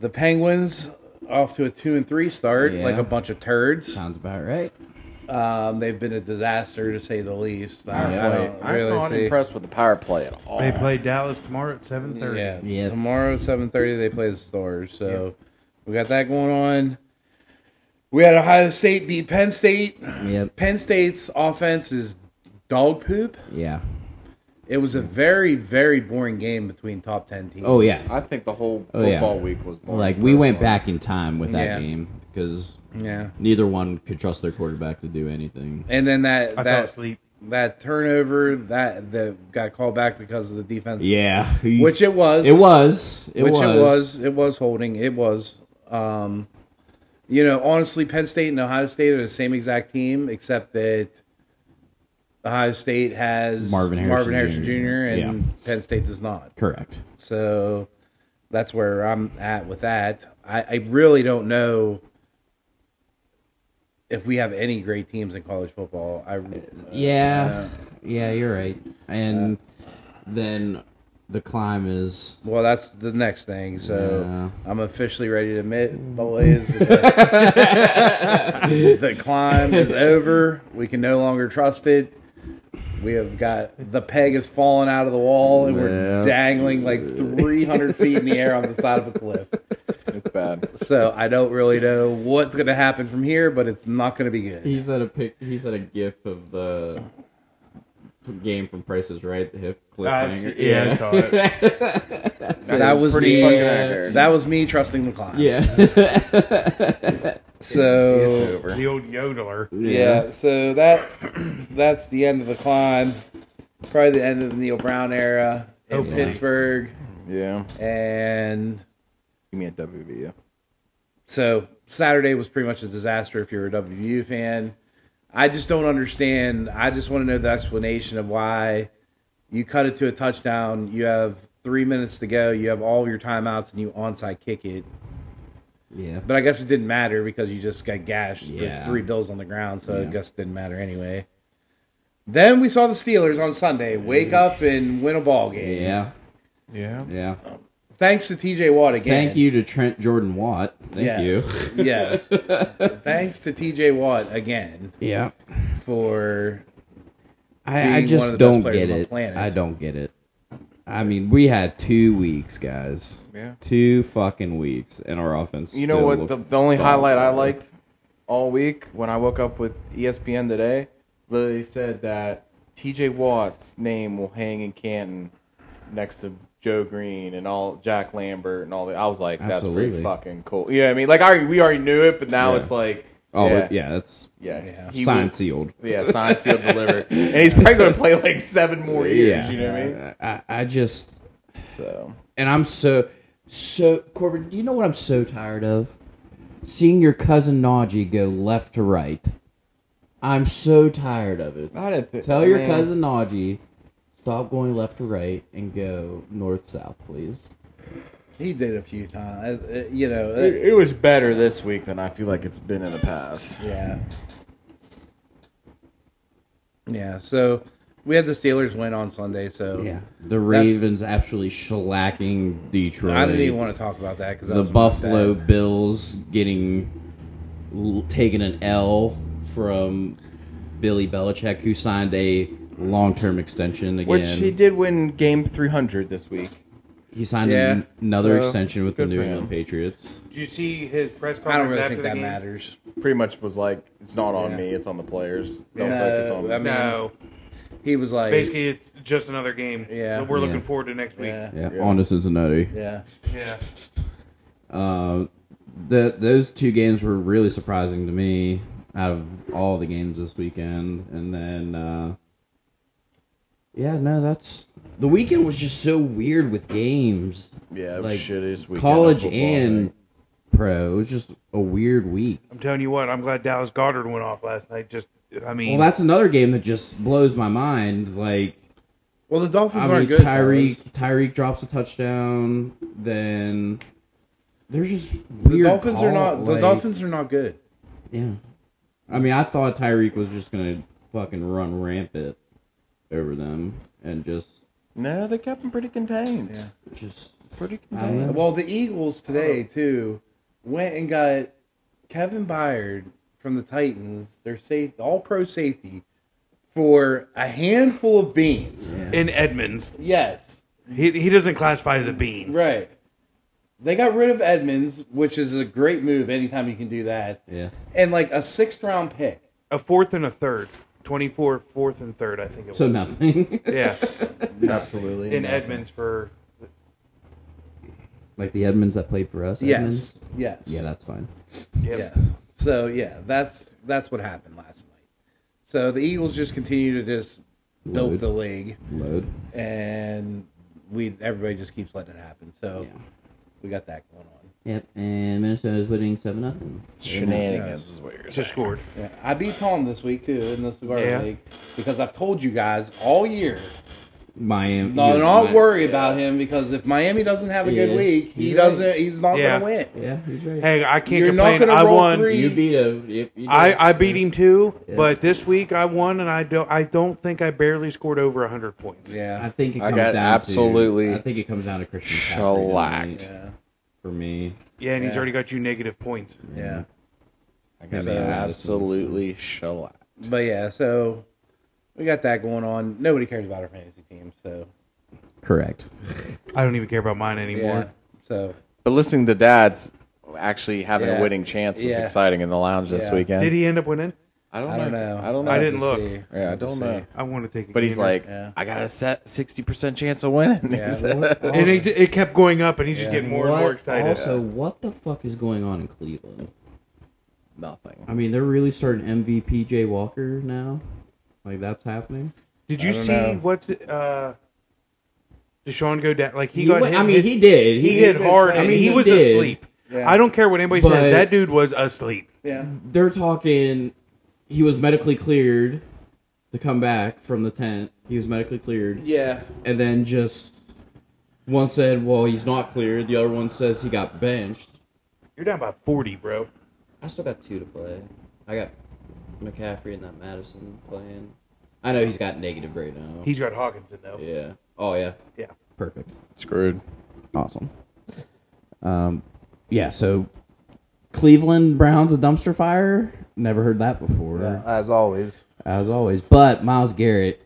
[SPEAKER 6] The Penguins off to a two and three start,
[SPEAKER 7] Yeah.
[SPEAKER 6] like a bunch of turds.
[SPEAKER 7] Sounds about right.
[SPEAKER 6] Um, they've been a disaster to say the least. I, I
[SPEAKER 1] Wait,
[SPEAKER 6] don't
[SPEAKER 1] I'm
[SPEAKER 6] really
[SPEAKER 1] not
[SPEAKER 6] see-
[SPEAKER 1] impressed with the power play at all.
[SPEAKER 4] They play Dallas tomorrow at seven thirty.
[SPEAKER 6] Yeah.
[SPEAKER 7] Yeah.
[SPEAKER 6] Tomorrow, seven thirty, they play the Stars. So we got that going on. We had Ohio State beat Penn State.
[SPEAKER 7] Yep.
[SPEAKER 6] Penn State's offense is dog poop.
[SPEAKER 7] Yeah.
[SPEAKER 6] It was a very, very boring game between top ten teams.
[SPEAKER 7] Oh yeah.
[SPEAKER 1] I think the whole
[SPEAKER 7] Oh, yeah.
[SPEAKER 1] football week was boring.
[SPEAKER 7] Like we went back in time with that
[SPEAKER 6] Yeah.
[SPEAKER 7] game because
[SPEAKER 6] yeah.
[SPEAKER 7] neither one could trust their quarterback to do anything.
[SPEAKER 6] And then that
[SPEAKER 4] I fell
[SPEAKER 6] that
[SPEAKER 4] asleep.
[SPEAKER 6] that turnover that that got called back because of the defense.
[SPEAKER 7] Yeah.
[SPEAKER 6] Which it was.
[SPEAKER 7] It was. It
[SPEAKER 6] which
[SPEAKER 7] was.
[SPEAKER 6] it was. It was holding. It was. Um, you know, honestly, Penn State and Ohio State are the same exact team, except that Ohio State has
[SPEAKER 7] Marvin Harrison
[SPEAKER 6] Harrison Jr.
[SPEAKER 7] Jr.
[SPEAKER 6] and
[SPEAKER 7] Yeah.
[SPEAKER 6] Penn State does not.
[SPEAKER 7] Correct.
[SPEAKER 6] So that's where I'm at with that. I, I really don't know if we have any great teams in college football. I
[SPEAKER 7] Yeah. yeah, you're right. And then the climb is
[SPEAKER 6] Well, that's the next thing. So
[SPEAKER 7] Yeah.
[SPEAKER 6] I'm officially ready to admit, boys, that the climb is over. We can no longer trust it. We have got the peg has fallen out of the wall, and we're
[SPEAKER 7] Yeah.
[SPEAKER 6] dangling like 300 feet in the air on the side of a cliff.
[SPEAKER 1] *laughs* It's bad.
[SPEAKER 6] So I don't really know what's going to happen from here, but it's not going to be good.
[SPEAKER 2] He's at a pic. He's at a gif of the game from Prices Right. The hip
[SPEAKER 4] I've
[SPEAKER 2] cliffhanger.
[SPEAKER 4] se- yeah, I saw
[SPEAKER 6] *laughs*
[SPEAKER 4] it.
[SPEAKER 6] that was
[SPEAKER 1] pretty
[SPEAKER 6] me.
[SPEAKER 1] fucking accurate.
[SPEAKER 6] That was me trusting the climb.
[SPEAKER 2] yeah.
[SPEAKER 6] So
[SPEAKER 1] it's over.
[SPEAKER 4] The old yodeler.
[SPEAKER 2] *laughs*
[SPEAKER 6] Yeah, so that *clears throat* that's the end of the climb. Probably the end of the Neil Brown era in
[SPEAKER 4] Hopefully.
[SPEAKER 6] Pittsburgh.
[SPEAKER 1] Yeah.
[SPEAKER 6] And
[SPEAKER 1] Give me a WVU.
[SPEAKER 6] so Saturday was pretty much a disaster if you're a WVU fan. I just don't understand. I just want to know the explanation of why you cut it to a touchdown. You have three minutes to go. You have all of your timeouts and you onside kick it.
[SPEAKER 7] yeah.
[SPEAKER 6] But I guess it didn't matter because you just got gashed
[SPEAKER 7] Yeah.
[SPEAKER 6] for three bills on the ground, so I
[SPEAKER 7] Yeah.
[SPEAKER 6] guess it didn't matter anyway. Then we saw the Steelers on Sunday wake up and win a ball game.
[SPEAKER 2] Yeah,
[SPEAKER 1] Yeah.
[SPEAKER 2] yeah.
[SPEAKER 6] Thanks to TJ Watt again.
[SPEAKER 2] Thank you to Trent Jordan Watt. Thank you.
[SPEAKER 6] you. *laughs* yes. Thanks to TJ Watt again
[SPEAKER 7] Yeah.
[SPEAKER 6] for
[SPEAKER 7] I, I
[SPEAKER 6] being one
[SPEAKER 7] just
[SPEAKER 6] of the best
[SPEAKER 7] don't
[SPEAKER 6] players
[SPEAKER 7] get
[SPEAKER 6] on the
[SPEAKER 7] it.
[SPEAKER 6] planet.
[SPEAKER 7] I don't get it.
[SPEAKER 2] I mean, we had two weeks, guys.
[SPEAKER 1] Yeah.
[SPEAKER 2] Two fucking weeks, and our offense.
[SPEAKER 1] You know
[SPEAKER 2] still
[SPEAKER 1] what?
[SPEAKER 2] looked
[SPEAKER 1] The, the only
[SPEAKER 2] dominant.
[SPEAKER 1] highlight I liked all week when I woke up with E ESPN today, literally said that TJ Watt's name will hang in Canton next to Joe Green and all Jack Lambert and all that. I was like, that's pretty
[SPEAKER 2] Absolutely.
[SPEAKER 1] fucking cool. You know what I mean? Like, I already, we already knew it, but now
[SPEAKER 2] Yeah.
[SPEAKER 1] it's like,
[SPEAKER 2] Oh
[SPEAKER 1] yeah,
[SPEAKER 2] it- yeah, that's
[SPEAKER 1] yeah, He
[SPEAKER 2] signed
[SPEAKER 1] will-
[SPEAKER 2] sealed.
[SPEAKER 1] yeah, signed,
[SPEAKER 2] *laughs*
[SPEAKER 1] sealed, delivered, and he's probably going to play like seven more years. You know what I mean?
[SPEAKER 2] I, I just
[SPEAKER 1] So
[SPEAKER 7] And I'm so so Corbin, do you know what I'm so tired of? Seeing your cousin Najee go left to right. I'm so tired of it.
[SPEAKER 1] I didn't thi-
[SPEAKER 7] Tell your
[SPEAKER 1] man.
[SPEAKER 7] cousin Najee, stop going left to right and go north south, please.
[SPEAKER 6] He did a few times. Uh, uh, You know,
[SPEAKER 1] it,
[SPEAKER 6] uh,
[SPEAKER 1] it was better this week than I feel like it's been in the past.
[SPEAKER 6] yeah. Yeah, so we had the Steelers win on Sunday, so
[SPEAKER 2] the Ravens absolutely shellacking Detroit.
[SPEAKER 6] I didn't even want to talk about that because
[SPEAKER 2] the Buffalo Bills getting l- taking an L from Billy Belichick, who signed a long-term extension again.
[SPEAKER 1] Which he did win game 300 this week.
[SPEAKER 2] He signed
[SPEAKER 6] Yeah,
[SPEAKER 2] an- another
[SPEAKER 1] so,
[SPEAKER 2] extension with the
[SPEAKER 1] good
[SPEAKER 2] New
[SPEAKER 1] for
[SPEAKER 2] England
[SPEAKER 1] him.
[SPEAKER 2] Patriots.
[SPEAKER 4] Did you see his press
[SPEAKER 6] I don't
[SPEAKER 4] conference
[SPEAKER 6] really
[SPEAKER 4] after
[SPEAKER 6] think
[SPEAKER 4] the
[SPEAKER 6] that
[SPEAKER 4] game?
[SPEAKER 6] matters.
[SPEAKER 1] Pretty much was like, it's not on
[SPEAKER 6] Yeah.
[SPEAKER 1] me, it's on the players. Don't
[SPEAKER 6] Yeah.
[SPEAKER 1] focus on me.
[SPEAKER 6] I mean,
[SPEAKER 4] No,
[SPEAKER 6] He was like,
[SPEAKER 4] basically it's just another game.
[SPEAKER 6] Yeah.
[SPEAKER 4] that we're
[SPEAKER 2] Yeah.
[SPEAKER 4] looking forward to next week.
[SPEAKER 6] yeah,
[SPEAKER 2] Yeah,
[SPEAKER 1] Yeah.
[SPEAKER 2] on to Cincinnati.
[SPEAKER 6] yeah.
[SPEAKER 4] yeah.
[SPEAKER 2] Um, the those two games were really surprising to me out of all the games this weekend, and then uh, yeah, no, that's the weekend was just so weird with games,
[SPEAKER 1] yeah, it was
[SPEAKER 2] like,
[SPEAKER 1] shitty this weekend.
[SPEAKER 2] college
[SPEAKER 1] of football, I
[SPEAKER 2] and
[SPEAKER 1] think.
[SPEAKER 2] pro. It was just a weird week.
[SPEAKER 4] I'm telling you what, I'm glad Dallas Goddard went off last night. Just, I mean,
[SPEAKER 2] Well, that's another game that just blows my mind. Like,
[SPEAKER 6] Well, the Dolphins
[SPEAKER 2] I mean,
[SPEAKER 6] aren't good. fellas.
[SPEAKER 2] Tyreek Tyreek drops a touchdown, then there's just
[SPEAKER 6] The
[SPEAKER 2] weird
[SPEAKER 6] Dolphins are
[SPEAKER 2] call,
[SPEAKER 6] not. The
[SPEAKER 2] like-
[SPEAKER 6] Dolphins are not good.
[SPEAKER 2] Yeah. I mean, I thought Tyreek was just gonna fucking run rampant over them and just,
[SPEAKER 1] No, they kept him pretty contained.
[SPEAKER 6] Yeah.
[SPEAKER 2] just.
[SPEAKER 1] Pretty
[SPEAKER 2] I don't
[SPEAKER 1] contained.
[SPEAKER 2] know.
[SPEAKER 6] Well, the Eagles today too went and got Kevin Byard from the Titans, their safe, all pro safety, for a handful of beans.
[SPEAKER 4] in Edmonds,
[SPEAKER 6] Yes,
[SPEAKER 4] he, he doesn't classify as a bean.
[SPEAKER 6] right. They got rid of Edmonds, which is a great move. Anytime you can do that,
[SPEAKER 2] Yeah.
[SPEAKER 6] and like a sixth round pick.
[SPEAKER 4] A fourth and a third, 24, fourth and third, I think it
[SPEAKER 2] So
[SPEAKER 4] was.
[SPEAKER 2] nothing. *laughs*
[SPEAKER 4] Yeah,
[SPEAKER 6] *laughs*
[SPEAKER 1] Absolutely.
[SPEAKER 4] in
[SPEAKER 1] no.
[SPEAKER 4] Edmonds for
[SPEAKER 2] like the Edmonds that played for us.
[SPEAKER 6] Yes,
[SPEAKER 2] Edmonds?
[SPEAKER 6] yes,
[SPEAKER 2] Yeah, that's fine.
[SPEAKER 4] yep.
[SPEAKER 6] Yeah. So yeah, that's that's what happened last night. So the Eagles just continue to just build
[SPEAKER 2] Load.
[SPEAKER 6] the league,
[SPEAKER 2] Load.
[SPEAKER 6] and we everybody just keeps letting it happen. So
[SPEAKER 2] Yeah.
[SPEAKER 6] we got that going on.
[SPEAKER 2] Yep. And Minnesota's winning seven nothing.
[SPEAKER 1] Shenanigans is what you're saying.
[SPEAKER 4] just scored.
[SPEAKER 6] Yeah. I beat Tom this week too in the cigar
[SPEAKER 4] Yeah.
[SPEAKER 6] league because I've told you guys all year
[SPEAKER 2] Miami.
[SPEAKER 6] not,
[SPEAKER 2] yeah,
[SPEAKER 6] not
[SPEAKER 2] Mi-
[SPEAKER 6] worry about him because if Miami doesn't have a
[SPEAKER 2] Yeah.
[SPEAKER 6] good week, he
[SPEAKER 2] He's right.
[SPEAKER 6] doesn't. He's not
[SPEAKER 4] Yeah.
[SPEAKER 6] going to win.
[SPEAKER 2] Yeah, he's right.
[SPEAKER 4] Hey, I can't
[SPEAKER 6] You're not
[SPEAKER 4] complain.
[SPEAKER 6] gonna
[SPEAKER 4] I
[SPEAKER 6] roll
[SPEAKER 4] won.
[SPEAKER 6] three.
[SPEAKER 2] you beat him. If you
[SPEAKER 4] I, I beat him too,
[SPEAKER 2] Yeah.
[SPEAKER 4] but this week I won, and I don't I don't think I barely scored over hundred points.
[SPEAKER 2] I
[SPEAKER 6] Yeah.
[SPEAKER 2] think it
[SPEAKER 1] I
[SPEAKER 2] comes
[SPEAKER 1] got
[SPEAKER 2] down
[SPEAKER 1] absolutely
[SPEAKER 2] to. I think it comes down to Christian
[SPEAKER 1] shellacked.
[SPEAKER 2] shellacked
[SPEAKER 6] Yeah.
[SPEAKER 2] for me.
[SPEAKER 4] Yeah, and he's
[SPEAKER 6] Yeah.
[SPEAKER 4] already got you negative points.
[SPEAKER 6] Yeah.
[SPEAKER 1] I got
[SPEAKER 6] So-
[SPEAKER 1] absolutely shellacked.
[SPEAKER 6] But yeah, so we got that going on. Nobody cares about our fantasy team, so
[SPEAKER 2] Correct.
[SPEAKER 4] I don't even care about mine anymore.
[SPEAKER 6] yeah. So
[SPEAKER 1] But listening to dads actually having
[SPEAKER 6] Yeah.
[SPEAKER 1] a winning chance was
[SPEAKER 6] Yeah.
[SPEAKER 1] exciting in the lounge this
[SPEAKER 6] Yeah.
[SPEAKER 1] weekend.
[SPEAKER 4] Did he end up winning?
[SPEAKER 1] I don't,
[SPEAKER 6] I don't know.
[SPEAKER 1] I don't know.
[SPEAKER 4] I didn't look.
[SPEAKER 1] Yeah, I don't know.
[SPEAKER 4] I want to take. A
[SPEAKER 1] But he's
[SPEAKER 4] gander.
[SPEAKER 1] like,
[SPEAKER 6] Yeah.
[SPEAKER 1] I got a set 60% chance of winning. *laughs*
[SPEAKER 6] Yeah.
[SPEAKER 4] and *laughs* it, it kept going up, and he's just
[SPEAKER 6] Yeah.
[SPEAKER 4] getting more and more
[SPEAKER 2] What-
[SPEAKER 4] excited.
[SPEAKER 2] Also, what the fuck is going on in Cleveland?
[SPEAKER 1] Nothing.
[SPEAKER 2] I mean, they're really starting MVP Jay Walker now. Like that's happening.
[SPEAKER 4] Did
[SPEAKER 6] I
[SPEAKER 4] you
[SPEAKER 6] don't
[SPEAKER 4] see
[SPEAKER 6] know.
[SPEAKER 4] what's uh, Deshaun go down? Like he,
[SPEAKER 2] He
[SPEAKER 4] got.
[SPEAKER 2] went-
[SPEAKER 4] hit,
[SPEAKER 2] I mean,
[SPEAKER 4] hit-
[SPEAKER 2] he did.
[SPEAKER 4] He,
[SPEAKER 2] He
[SPEAKER 4] hit
[SPEAKER 2] did
[SPEAKER 4] hard,
[SPEAKER 2] say-
[SPEAKER 4] and
[SPEAKER 2] I mean,
[SPEAKER 4] he,
[SPEAKER 2] he
[SPEAKER 4] was
[SPEAKER 2] did.
[SPEAKER 4] asleep.
[SPEAKER 6] Yeah.
[SPEAKER 4] I don't care what anybody says.
[SPEAKER 2] But-
[SPEAKER 4] That dude was asleep.
[SPEAKER 6] Yeah.
[SPEAKER 2] They're talking. He was medically cleared to come back from the tent. He was medically cleared,
[SPEAKER 6] Yeah.
[SPEAKER 2] and then just one said, "Well, he's not cleared." The other one says he got benched.
[SPEAKER 4] You're down by forty, bro.
[SPEAKER 7] I still got two to play. I got McCaffrey and that Madison playing.
[SPEAKER 2] I know he's got negative right now.
[SPEAKER 4] He's got Hawkinson though.
[SPEAKER 2] yeah. Oh yeah.
[SPEAKER 4] Yeah.
[SPEAKER 2] Perfect.
[SPEAKER 1] Screwed.
[SPEAKER 2] Awesome. Um, yeah. So, Cleveland Browns a dumpster fire. Never heard that before,
[SPEAKER 6] Yeah, Uh, as always.
[SPEAKER 2] as always. But Miles Garrett,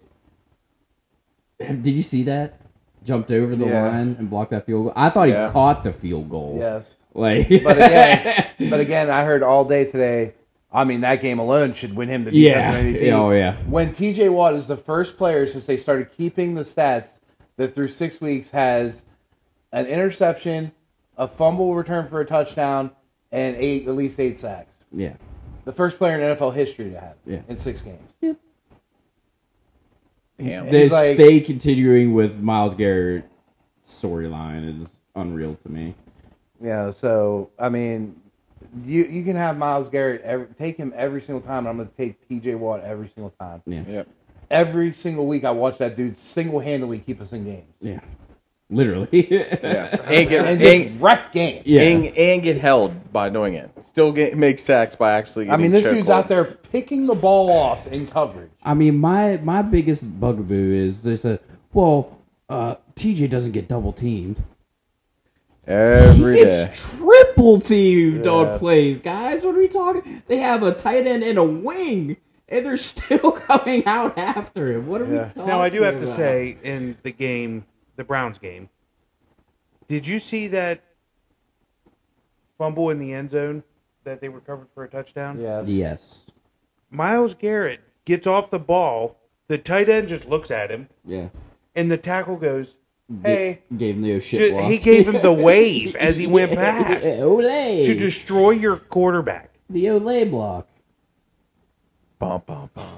[SPEAKER 2] did you see that? Jumped over the
[SPEAKER 6] Yeah.
[SPEAKER 2] line and blocked that field goal. I thought
[SPEAKER 6] Yeah.
[SPEAKER 2] he caught the field goal.
[SPEAKER 6] Yes.
[SPEAKER 2] Like,
[SPEAKER 6] But *laughs* again, but again, I heard all day today. I mean, that game alone should win him the
[SPEAKER 2] *laughs*
[SPEAKER 6] defensive
[SPEAKER 2] Yeah.
[SPEAKER 6] MVP.
[SPEAKER 2] Yeah, oh, yeah.
[SPEAKER 6] When T.J. Watt is the first player since they started keeping the stats that through six weeks has an interception, a fumble return for a touchdown, and eight at least eight sacks.
[SPEAKER 2] yeah.
[SPEAKER 6] The first player in NFL history to have it
[SPEAKER 2] Yeah.
[SPEAKER 6] in six games.
[SPEAKER 1] Damn.
[SPEAKER 2] The
[SPEAKER 6] He's like-
[SPEAKER 2] stay continuing with Miles Garrett storyline is unreal to me.
[SPEAKER 6] Yeah, so I mean, you you can have Miles Garrett every, take him every single time. And I'm going to take T.J. Watt every single time.
[SPEAKER 2] Yeah.
[SPEAKER 1] Yep.
[SPEAKER 6] Every single week, I watch that dude single handedly keep us in games
[SPEAKER 2] Yeah. Literally.
[SPEAKER 1] Yeah. And get,
[SPEAKER 6] and
[SPEAKER 1] and,
[SPEAKER 6] just wreck games.
[SPEAKER 2] Yeah.
[SPEAKER 1] and, and get held by doing it. Still get make sacks by actually.
[SPEAKER 6] I
[SPEAKER 1] getting
[SPEAKER 6] mean, this
[SPEAKER 1] choke
[SPEAKER 6] dude's
[SPEAKER 1] hold.
[SPEAKER 6] out there picking the ball off in coverage.
[SPEAKER 2] I mean, my my biggest bugaboo is they said, well, uh, TJ doesn't get double teamed.
[SPEAKER 1] every day.
[SPEAKER 2] It's triple teamed
[SPEAKER 6] Yeah.
[SPEAKER 2] on plays, guys. What are we talking? They have a tight end and a wing, and they're *laughs* still coming out after him. What are *laughs* we
[SPEAKER 6] Yeah.
[SPEAKER 2] talking
[SPEAKER 4] Now I do have to
[SPEAKER 2] about?
[SPEAKER 4] say in the game, the Browns game, did you see that fumble in the end zone that they recovered for a touchdown?
[SPEAKER 6] Yeah.
[SPEAKER 2] yes,
[SPEAKER 4] Miles Garrett gets off the ball, the tight end just looks at him,
[SPEAKER 2] yeah.
[SPEAKER 4] and the tackle goes, "Hey."
[SPEAKER 2] gave him the oh
[SPEAKER 4] ju-
[SPEAKER 2] shit.
[SPEAKER 4] he
[SPEAKER 2] walk.
[SPEAKER 4] gave him
[SPEAKER 2] *laughs*
[SPEAKER 4] the wave as he went past
[SPEAKER 2] Yeah, Olay.
[SPEAKER 4] to destroy your quarterback.
[SPEAKER 2] the Olay block.
[SPEAKER 1] Bum, bum, bum.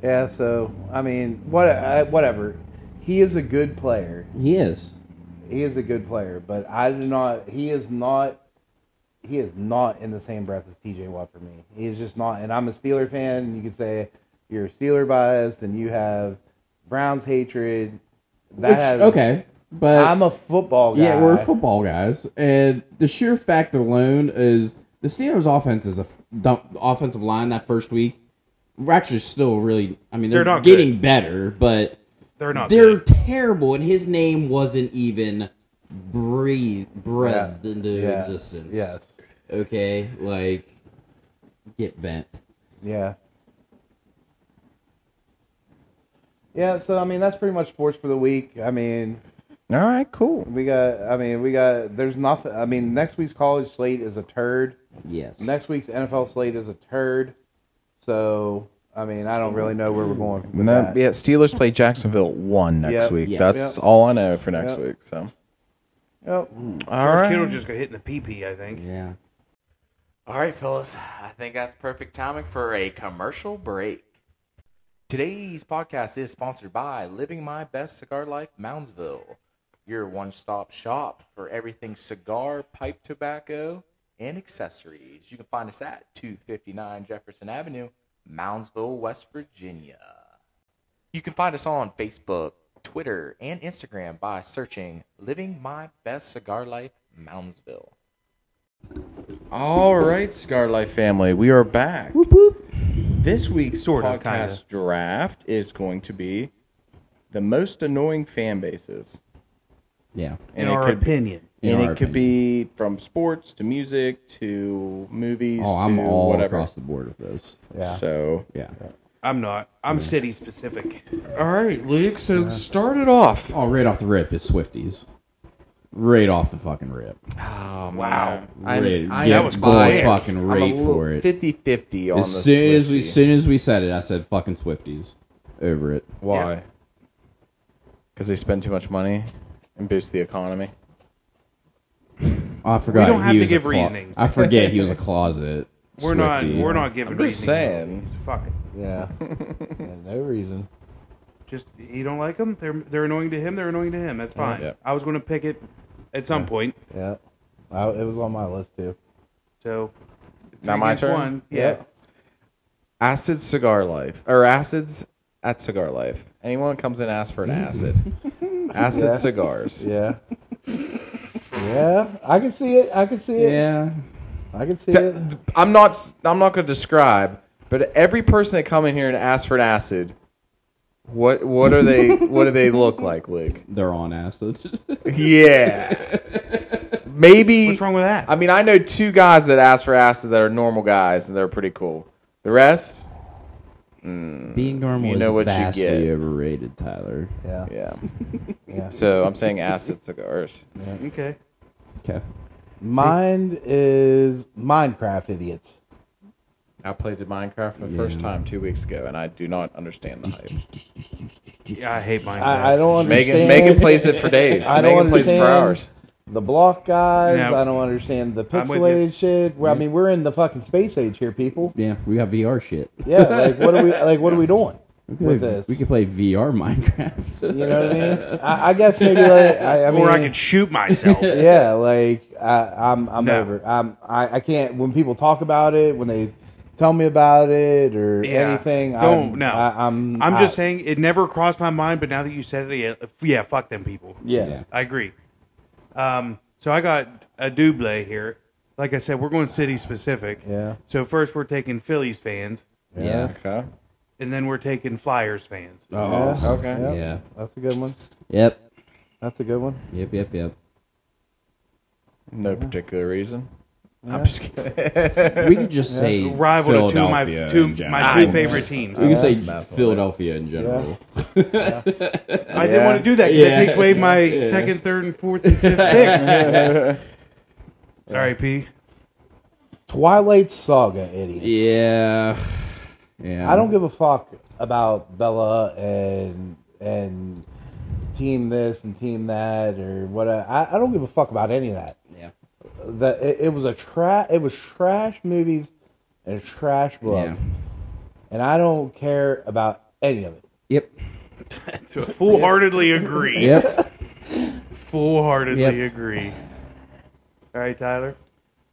[SPEAKER 6] Yeah. So I mean, what I, whatever. He is a good player.
[SPEAKER 2] He is.
[SPEAKER 6] He is a good player, but I do not. He is not. He is not in the same breath as T.J. Watt for me. He is just not. And I'm a Steeler fan. And you can say you're a Steeler bias, and you have Browns hatred. That
[SPEAKER 2] Which,
[SPEAKER 6] has,
[SPEAKER 2] okay, but
[SPEAKER 6] I'm a football guy.
[SPEAKER 2] Yeah, we're football guys, and the sheer fact alone is the Steelers' offense is a f- dump, offensive line that first week. We're actually still really. I mean, they're,
[SPEAKER 4] They're not
[SPEAKER 2] getting better, but
[SPEAKER 4] They're not
[SPEAKER 2] They're
[SPEAKER 4] good.
[SPEAKER 2] terrible, and his name wasn't even breathe breathed
[SPEAKER 6] Yeah.
[SPEAKER 2] into
[SPEAKER 6] Yeah.
[SPEAKER 2] existence.
[SPEAKER 6] Yes.
[SPEAKER 2] Okay, like get bent.
[SPEAKER 6] Yeah. Yeah, so I mean that's pretty much sports for the week. I mean,
[SPEAKER 1] All right, cool.
[SPEAKER 6] we got I mean, we got there's nothing I mean, next week's college slate is a turd.
[SPEAKER 2] Yes.
[SPEAKER 6] Next week's NFL slate is a turd. So, I mean, I don't really know where we're going with
[SPEAKER 1] And that-
[SPEAKER 6] that.
[SPEAKER 1] yeah, Steelers play Jacksonville one next
[SPEAKER 6] Yep.
[SPEAKER 1] week.
[SPEAKER 2] Yes.
[SPEAKER 1] That's
[SPEAKER 6] Yep.
[SPEAKER 1] all I know for next
[SPEAKER 6] Yep.
[SPEAKER 1] week. So,
[SPEAKER 6] Yep.
[SPEAKER 1] all
[SPEAKER 4] George
[SPEAKER 1] right.
[SPEAKER 4] Kittle just got hit in the PP, I think.
[SPEAKER 2] Yeah.
[SPEAKER 8] All right, fellas, I think that's perfect timing for a commercial break. Today's podcast is sponsored by Living My Best Cigar Life Moundsville, your one stop shop for everything cigar, pipe tobacco, and accessories. You can find us at 259 Jefferson Avenue, Moundsville, West Virginia. You can find us on Facebook, Twitter, and Instagram by searching Living My Best Cigar Life Moundsville.
[SPEAKER 1] All right, Cigar Life family, we are back. This week's
[SPEAKER 4] of,
[SPEAKER 1] podcast draft is going to be the most annoying fan bases,
[SPEAKER 2] Yeah.
[SPEAKER 4] in our opinion.
[SPEAKER 2] In
[SPEAKER 1] and
[SPEAKER 2] our
[SPEAKER 1] it could be from sports to music to movies
[SPEAKER 2] Oh, I'm
[SPEAKER 1] to
[SPEAKER 2] all
[SPEAKER 1] whatever.
[SPEAKER 2] across the board with this.
[SPEAKER 1] So,
[SPEAKER 2] Yeah.
[SPEAKER 4] I'm not. I'm city specific.
[SPEAKER 1] all right, Luke. So start it off.
[SPEAKER 2] Oh, right off the rip, it's Swifties. Right off the fucking rip.
[SPEAKER 1] Oh, Wow,
[SPEAKER 2] Right,
[SPEAKER 4] that was biased.
[SPEAKER 2] fucking right for it.
[SPEAKER 1] 50-50 on the
[SPEAKER 2] As soon as we,
[SPEAKER 1] Swiftie.
[SPEAKER 2] soon as we said it, I said fucking Swifties over it.
[SPEAKER 1] Why? Because they spend too much money and boost the economy.
[SPEAKER 2] Oh, I forgot.
[SPEAKER 4] don't
[SPEAKER 2] he
[SPEAKER 4] have to
[SPEAKER 2] was a
[SPEAKER 4] give
[SPEAKER 2] clo-
[SPEAKER 4] reasonings.
[SPEAKER 2] I forget he was a
[SPEAKER 4] *laughs*
[SPEAKER 2] closet.
[SPEAKER 4] We're not.
[SPEAKER 2] Swiftie.
[SPEAKER 4] We're not giving.
[SPEAKER 1] I'm just
[SPEAKER 4] reasons.
[SPEAKER 1] saying.
[SPEAKER 4] It's Fuck it.
[SPEAKER 6] *laughs* Yeah. yeah no reason.
[SPEAKER 4] Just you don't like them. They're they're annoying to him. They're annoying to him. That's fine.
[SPEAKER 1] Yeah.
[SPEAKER 4] I was going to pick it at some point.
[SPEAKER 6] Yeah. I, it was on my list too.
[SPEAKER 4] So
[SPEAKER 1] Now
[SPEAKER 4] three
[SPEAKER 1] my
[SPEAKER 4] against
[SPEAKER 1] turn?
[SPEAKER 4] One. Yeah.
[SPEAKER 1] Acid cigar life or acids at cigar life. Anyone comes in asks for an
[SPEAKER 2] *laughs*
[SPEAKER 1] acid. acid
[SPEAKER 6] Yeah.
[SPEAKER 1] cigars.
[SPEAKER 6] Yeah. *laughs* yeah, I can see it. I can see it.
[SPEAKER 2] Yeah.
[SPEAKER 6] I can see
[SPEAKER 1] T-
[SPEAKER 6] it.
[SPEAKER 1] I'm not. I'm not going to describe, But every person that come in here and asks for an acid, what what are
[SPEAKER 6] *laughs*
[SPEAKER 1] they? what do they look like, Luke?
[SPEAKER 2] They're on acid. *laughs*
[SPEAKER 1] Yeah. Maybe.
[SPEAKER 4] What's wrong with that?
[SPEAKER 1] I mean, I know two guys that ask for acid that are normal guys, and they're pretty cool. The rest,
[SPEAKER 9] Being normal
[SPEAKER 1] You know
[SPEAKER 9] is
[SPEAKER 1] what you
[SPEAKER 9] vastly
[SPEAKER 1] get. Yeah.
[SPEAKER 2] overrated, Tyler.
[SPEAKER 6] Yeah.
[SPEAKER 1] yeah.
[SPEAKER 6] *laughs* Yeah.
[SPEAKER 1] So I'm saying acid cigars.
[SPEAKER 4] okay.
[SPEAKER 2] Okay.
[SPEAKER 6] Mine is Minecraft idiots.
[SPEAKER 1] I played Minecraft for the
[SPEAKER 2] Yeah.
[SPEAKER 1] first time two weeks ago, and I do not understand the hype.
[SPEAKER 4] Yeah, I hate Minecraft.
[SPEAKER 6] I, I don't
[SPEAKER 1] Megan,
[SPEAKER 6] understand.
[SPEAKER 1] Megan plays it for days.
[SPEAKER 6] *laughs* I don't
[SPEAKER 1] Megan plays it for
[SPEAKER 6] understand.
[SPEAKER 1] hours.
[SPEAKER 6] the block guys.
[SPEAKER 4] No.
[SPEAKER 6] I don't understand the
[SPEAKER 4] I'm with you.
[SPEAKER 6] pixelated shit. Well, I mean, we're in the fucking space age here, people.
[SPEAKER 2] Yeah, we got VR shit.
[SPEAKER 6] Yeah, like what are we
[SPEAKER 2] *laughs*
[SPEAKER 6] like? What are we doing
[SPEAKER 2] We could,
[SPEAKER 6] with
[SPEAKER 2] play,
[SPEAKER 6] this?
[SPEAKER 2] we could play VR Minecraft. *laughs*
[SPEAKER 6] you know what I mean? I, I guess maybe like I, I mean,
[SPEAKER 4] or I could
[SPEAKER 6] *laughs*
[SPEAKER 4] shoot myself.
[SPEAKER 6] yeah, like I, I'm I'm
[SPEAKER 4] No.
[SPEAKER 6] over. it. I'm I, I can't when people talk about it when they tell me about it or
[SPEAKER 4] Yeah.
[SPEAKER 6] anything.
[SPEAKER 4] Don't
[SPEAKER 6] I'm,
[SPEAKER 4] no.
[SPEAKER 6] I, I'm
[SPEAKER 4] I'm just
[SPEAKER 6] out.
[SPEAKER 4] saying it never crossed my mind, but now that you said it, yeah, f- yeah fuck them people.
[SPEAKER 6] Yeah.
[SPEAKER 2] Yeah.
[SPEAKER 4] I agree. Um, so I got a double here. Like I said, we're going city specific.
[SPEAKER 6] Yeah.
[SPEAKER 4] So first we're taking Phillies fans,
[SPEAKER 2] yeah.
[SPEAKER 1] Okay.
[SPEAKER 4] and then we're taking Flyers fans.
[SPEAKER 2] Oh.
[SPEAKER 6] Yeah.
[SPEAKER 1] Okay.
[SPEAKER 6] Yep.
[SPEAKER 2] Yeah.
[SPEAKER 6] That's a good one.
[SPEAKER 2] Yep.
[SPEAKER 6] That's a good one.
[SPEAKER 2] Yep. Yep. Yep.
[SPEAKER 1] *laughs* No particular reason. I'm just kidding.
[SPEAKER 2] We could just say
[SPEAKER 4] Rival to two of my
[SPEAKER 2] Philadelphia
[SPEAKER 4] two
[SPEAKER 2] in general.
[SPEAKER 4] my two favorite teams.
[SPEAKER 2] We could
[SPEAKER 1] That's
[SPEAKER 2] say
[SPEAKER 1] a mess,
[SPEAKER 2] Philadelphia in general.
[SPEAKER 4] I didn't want to do that because
[SPEAKER 2] Yeah.
[SPEAKER 4] it takes away my second, third, and fourth and fifth picks. Sorry, P.
[SPEAKER 6] Twilight Saga idiots.
[SPEAKER 2] Yeah. Yeah.
[SPEAKER 6] I don't give a fuck about Bella and and team this and team that or what. I, I don't give a fuck about any of that.
[SPEAKER 2] Yeah.
[SPEAKER 6] The it, it was a trash. It was trash movies and a trash book,
[SPEAKER 2] Yeah.
[SPEAKER 6] and I don't care about any of it.
[SPEAKER 2] Yep.
[SPEAKER 4] To full heartedly agree.
[SPEAKER 2] Yep.
[SPEAKER 4] Full heartedly
[SPEAKER 2] Yep.
[SPEAKER 4] agree. All right, Tyler.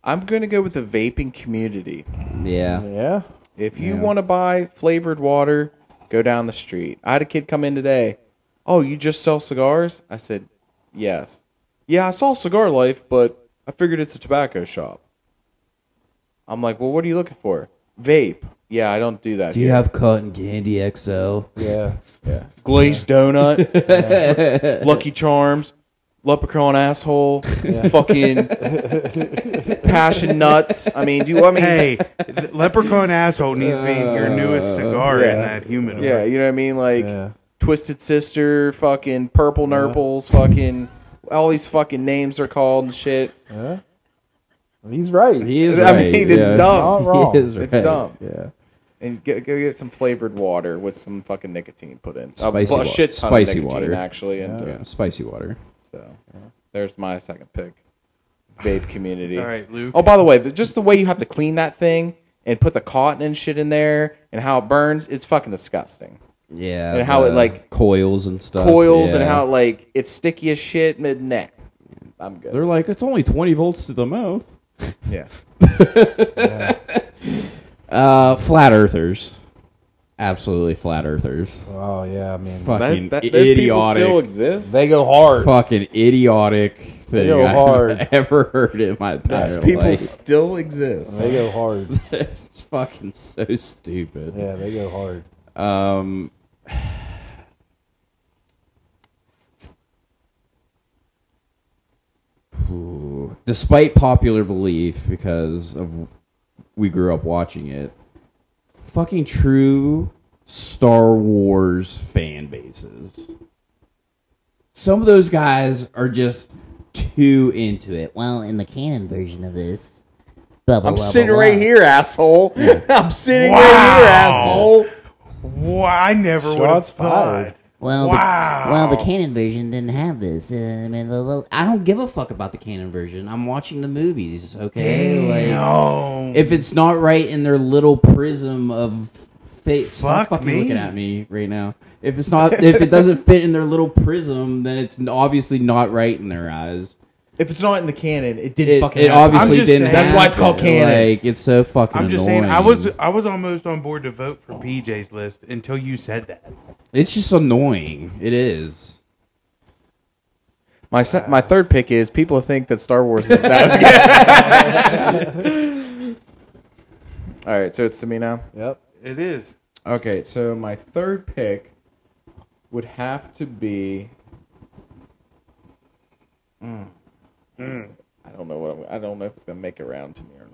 [SPEAKER 1] I'm going to go with the vaping community.
[SPEAKER 2] yeah.
[SPEAKER 6] Yeah,
[SPEAKER 1] If you
[SPEAKER 2] Yeah.
[SPEAKER 1] want to buy flavored water, go down the street. I had a kid come in today. Oh, you just sell cigars? I said, yes. Yeah, I saw Cigar Life, but I figured it's a tobacco shop. I'm like, well, what are you looking for? Vape. Yeah, I don't do that.
[SPEAKER 9] Do you
[SPEAKER 1] here.
[SPEAKER 9] have cotton candy XO?
[SPEAKER 6] yeah,
[SPEAKER 1] glazed donut, *laughs* Lucky Charms, leprechaun asshole, fucking passion nuts? I mean, do you? I mean,
[SPEAKER 4] Hey, th- Leprechaun Asshole needs to be your newest cigar in that human.
[SPEAKER 1] Yeah, you know what I mean? Like
[SPEAKER 6] Yeah.
[SPEAKER 1] Twisted Sister, fucking Purple
[SPEAKER 2] Uh-huh.
[SPEAKER 1] Nurples, fucking all these fucking names are called and shit.
[SPEAKER 6] he's right.
[SPEAKER 2] He is
[SPEAKER 1] I
[SPEAKER 2] right.
[SPEAKER 1] mean, it's dumb.
[SPEAKER 2] yeah.
[SPEAKER 6] Not wrong.
[SPEAKER 2] He is
[SPEAKER 1] It's
[SPEAKER 2] right.
[SPEAKER 1] dumb.
[SPEAKER 2] Yeah.
[SPEAKER 1] And get, go get some flavored water with some fucking nicotine put in. Uh,
[SPEAKER 2] Spicy
[SPEAKER 1] well, a
[SPEAKER 2] wa-
[SPEAKER 1] shit ton
[SPEAKER 2] spicy
[SPEAKER 1] of nicotine
[SPEAKER 2] water.
[SPEAKER 1] actually. And uh,
[SPEAKER 2] Yeah. Spicy water.
[SPEAKER 1] so there's my second pick.
[SPEAKER 2] *sighs*
[SPEAKER 1] Vape community.
[SPEAKER 4] All right, Luke.
[SPEAKER 1] Oh, by the way, the, just the way you have to clean that thing and put the cotton and shit in there and how it burns, it's fucking disgusting.
[SPEAKER 2] Yeah.
[SPEAKER 1] And how it,
[SPEAKER 2] the
[SPEAKER 1] like,
[SPEAKER 2] coils and stuff.
[SPEAKER 1] Coils and
[SPEAKER 2] Uh, Yeah.
[SPEAKER 1] how like it's sticky as shit mid neck. I'm good.
[SPEAKER 2] they're like it's only twenty volts to the mouth.
[SPEAKER 1] yeah.
[SPEAKER 2] Uh, flat earthers. Absolutely flat earthers.
[SPEAKER 6] Oh yeah, I mean
[SPEAKER 1] That's,
[SPEAKER 2] Fucking
[SPEAKER 1] that, those people
[SPEAKER 2] idiotic.
[SPEAKER 1] still exist.
[SPEAKER 6] they go hard.
[SPEAKER 2] fucking idiotic thing
[SPEAKER 6] go
[SPEAKER 2] I've
[SPEAKER 6] hard.
[SPEAKER 2] *laughs* ever heard in my entire
[SPEAKER 1] Those people
[SPEAKER 2] life.
[SPEAKER 1] still exist.
[SPEAKER 6] They go hard.
[SPEAKER 2] *laughs* it's fucking so stupid.
[SPEAKER 6] Yeah, they go hard.
[SPEAKER 2] Um, Ooh. despite popular belief, because of we grew up watching it, fucking true Star Wars fan bases. Some of those guys are just too into it.
[SPEAKER 10] Well, in the canon version of this, blah, blah,
[SPEAKER 1] I'm
[SPEAKER 10] blah,
[SPEAKER 1] sitting
[SPEAKER 10] blah,
[SPEAKER 1] right
[SPEAKER 10] blah.
[SPEAKER 1] here, asshole. *laughs* I'm sitting
[SPEAKER 4] Wow.
[SPEAKER 1] right here, asshole.
[SPEAKER 4] Wow, I never would have
[SPEAKER 6] Shots
[SPEAKER 4] thought.
[SPEAKER 6] fired.
[SPEAKER 10] Well,
[SPEAKER 4] Wow.
[SPEAKER 10] the, well, the canon version didn't have this. Uh, I mean, blah, blah,
[SPEAKER 9] I don't give a fuck about the canon version. I'm watching the movies, okay? Like,
[SPEAKER 4] No.
[SPEAKER 9] if it's not right in their little prism of fate,
[SPEAKER 4] Fuck
[SPEAKER 9] stop fucking
[SPEAKER 4] me.
[SPEAKER 9] looking at me right now. If it's not, if it doesn't fit in their little prism, then it's n- obviously not right in their eyes.
[SPEAKER 1] If it's not in the canon, it didn't
[SPEAKER 9] It,
[SPEAKER 1] fucking
[SPEAKER 9] it
[SPEAKER 1] happen.
[SPEAKER 9] obviously
[SPEAKER 4] just
[SPEAKER 9] didn't.
[SPEAKER 4] saying- That's
[SPEAKER 1] why it's
[SPEAKER 9] happen.
[SPEAKER 1] called canon.
[SPEAKER 9] Like it's so fucking.
[SPEAKER 4] I'm just
[SPEAKER 9] annoying.
[SPEAKER 4] saying, I was I was almost on board to vote for PJ's list until you said that.
[SPEAKER 2] It's just annoying. It is.
[SPEAKER 1] my se- my third pick is people think that Star Wars is that. *laughs* All right, so it's to me now.
[SPEAKER 6] Yep.
[SPEAKER 4] It is.
[SPEAKER 1] Okay, so my third pick would have to be. Mm. I don't know what I'm, I don't know if it's gonna make it round to me or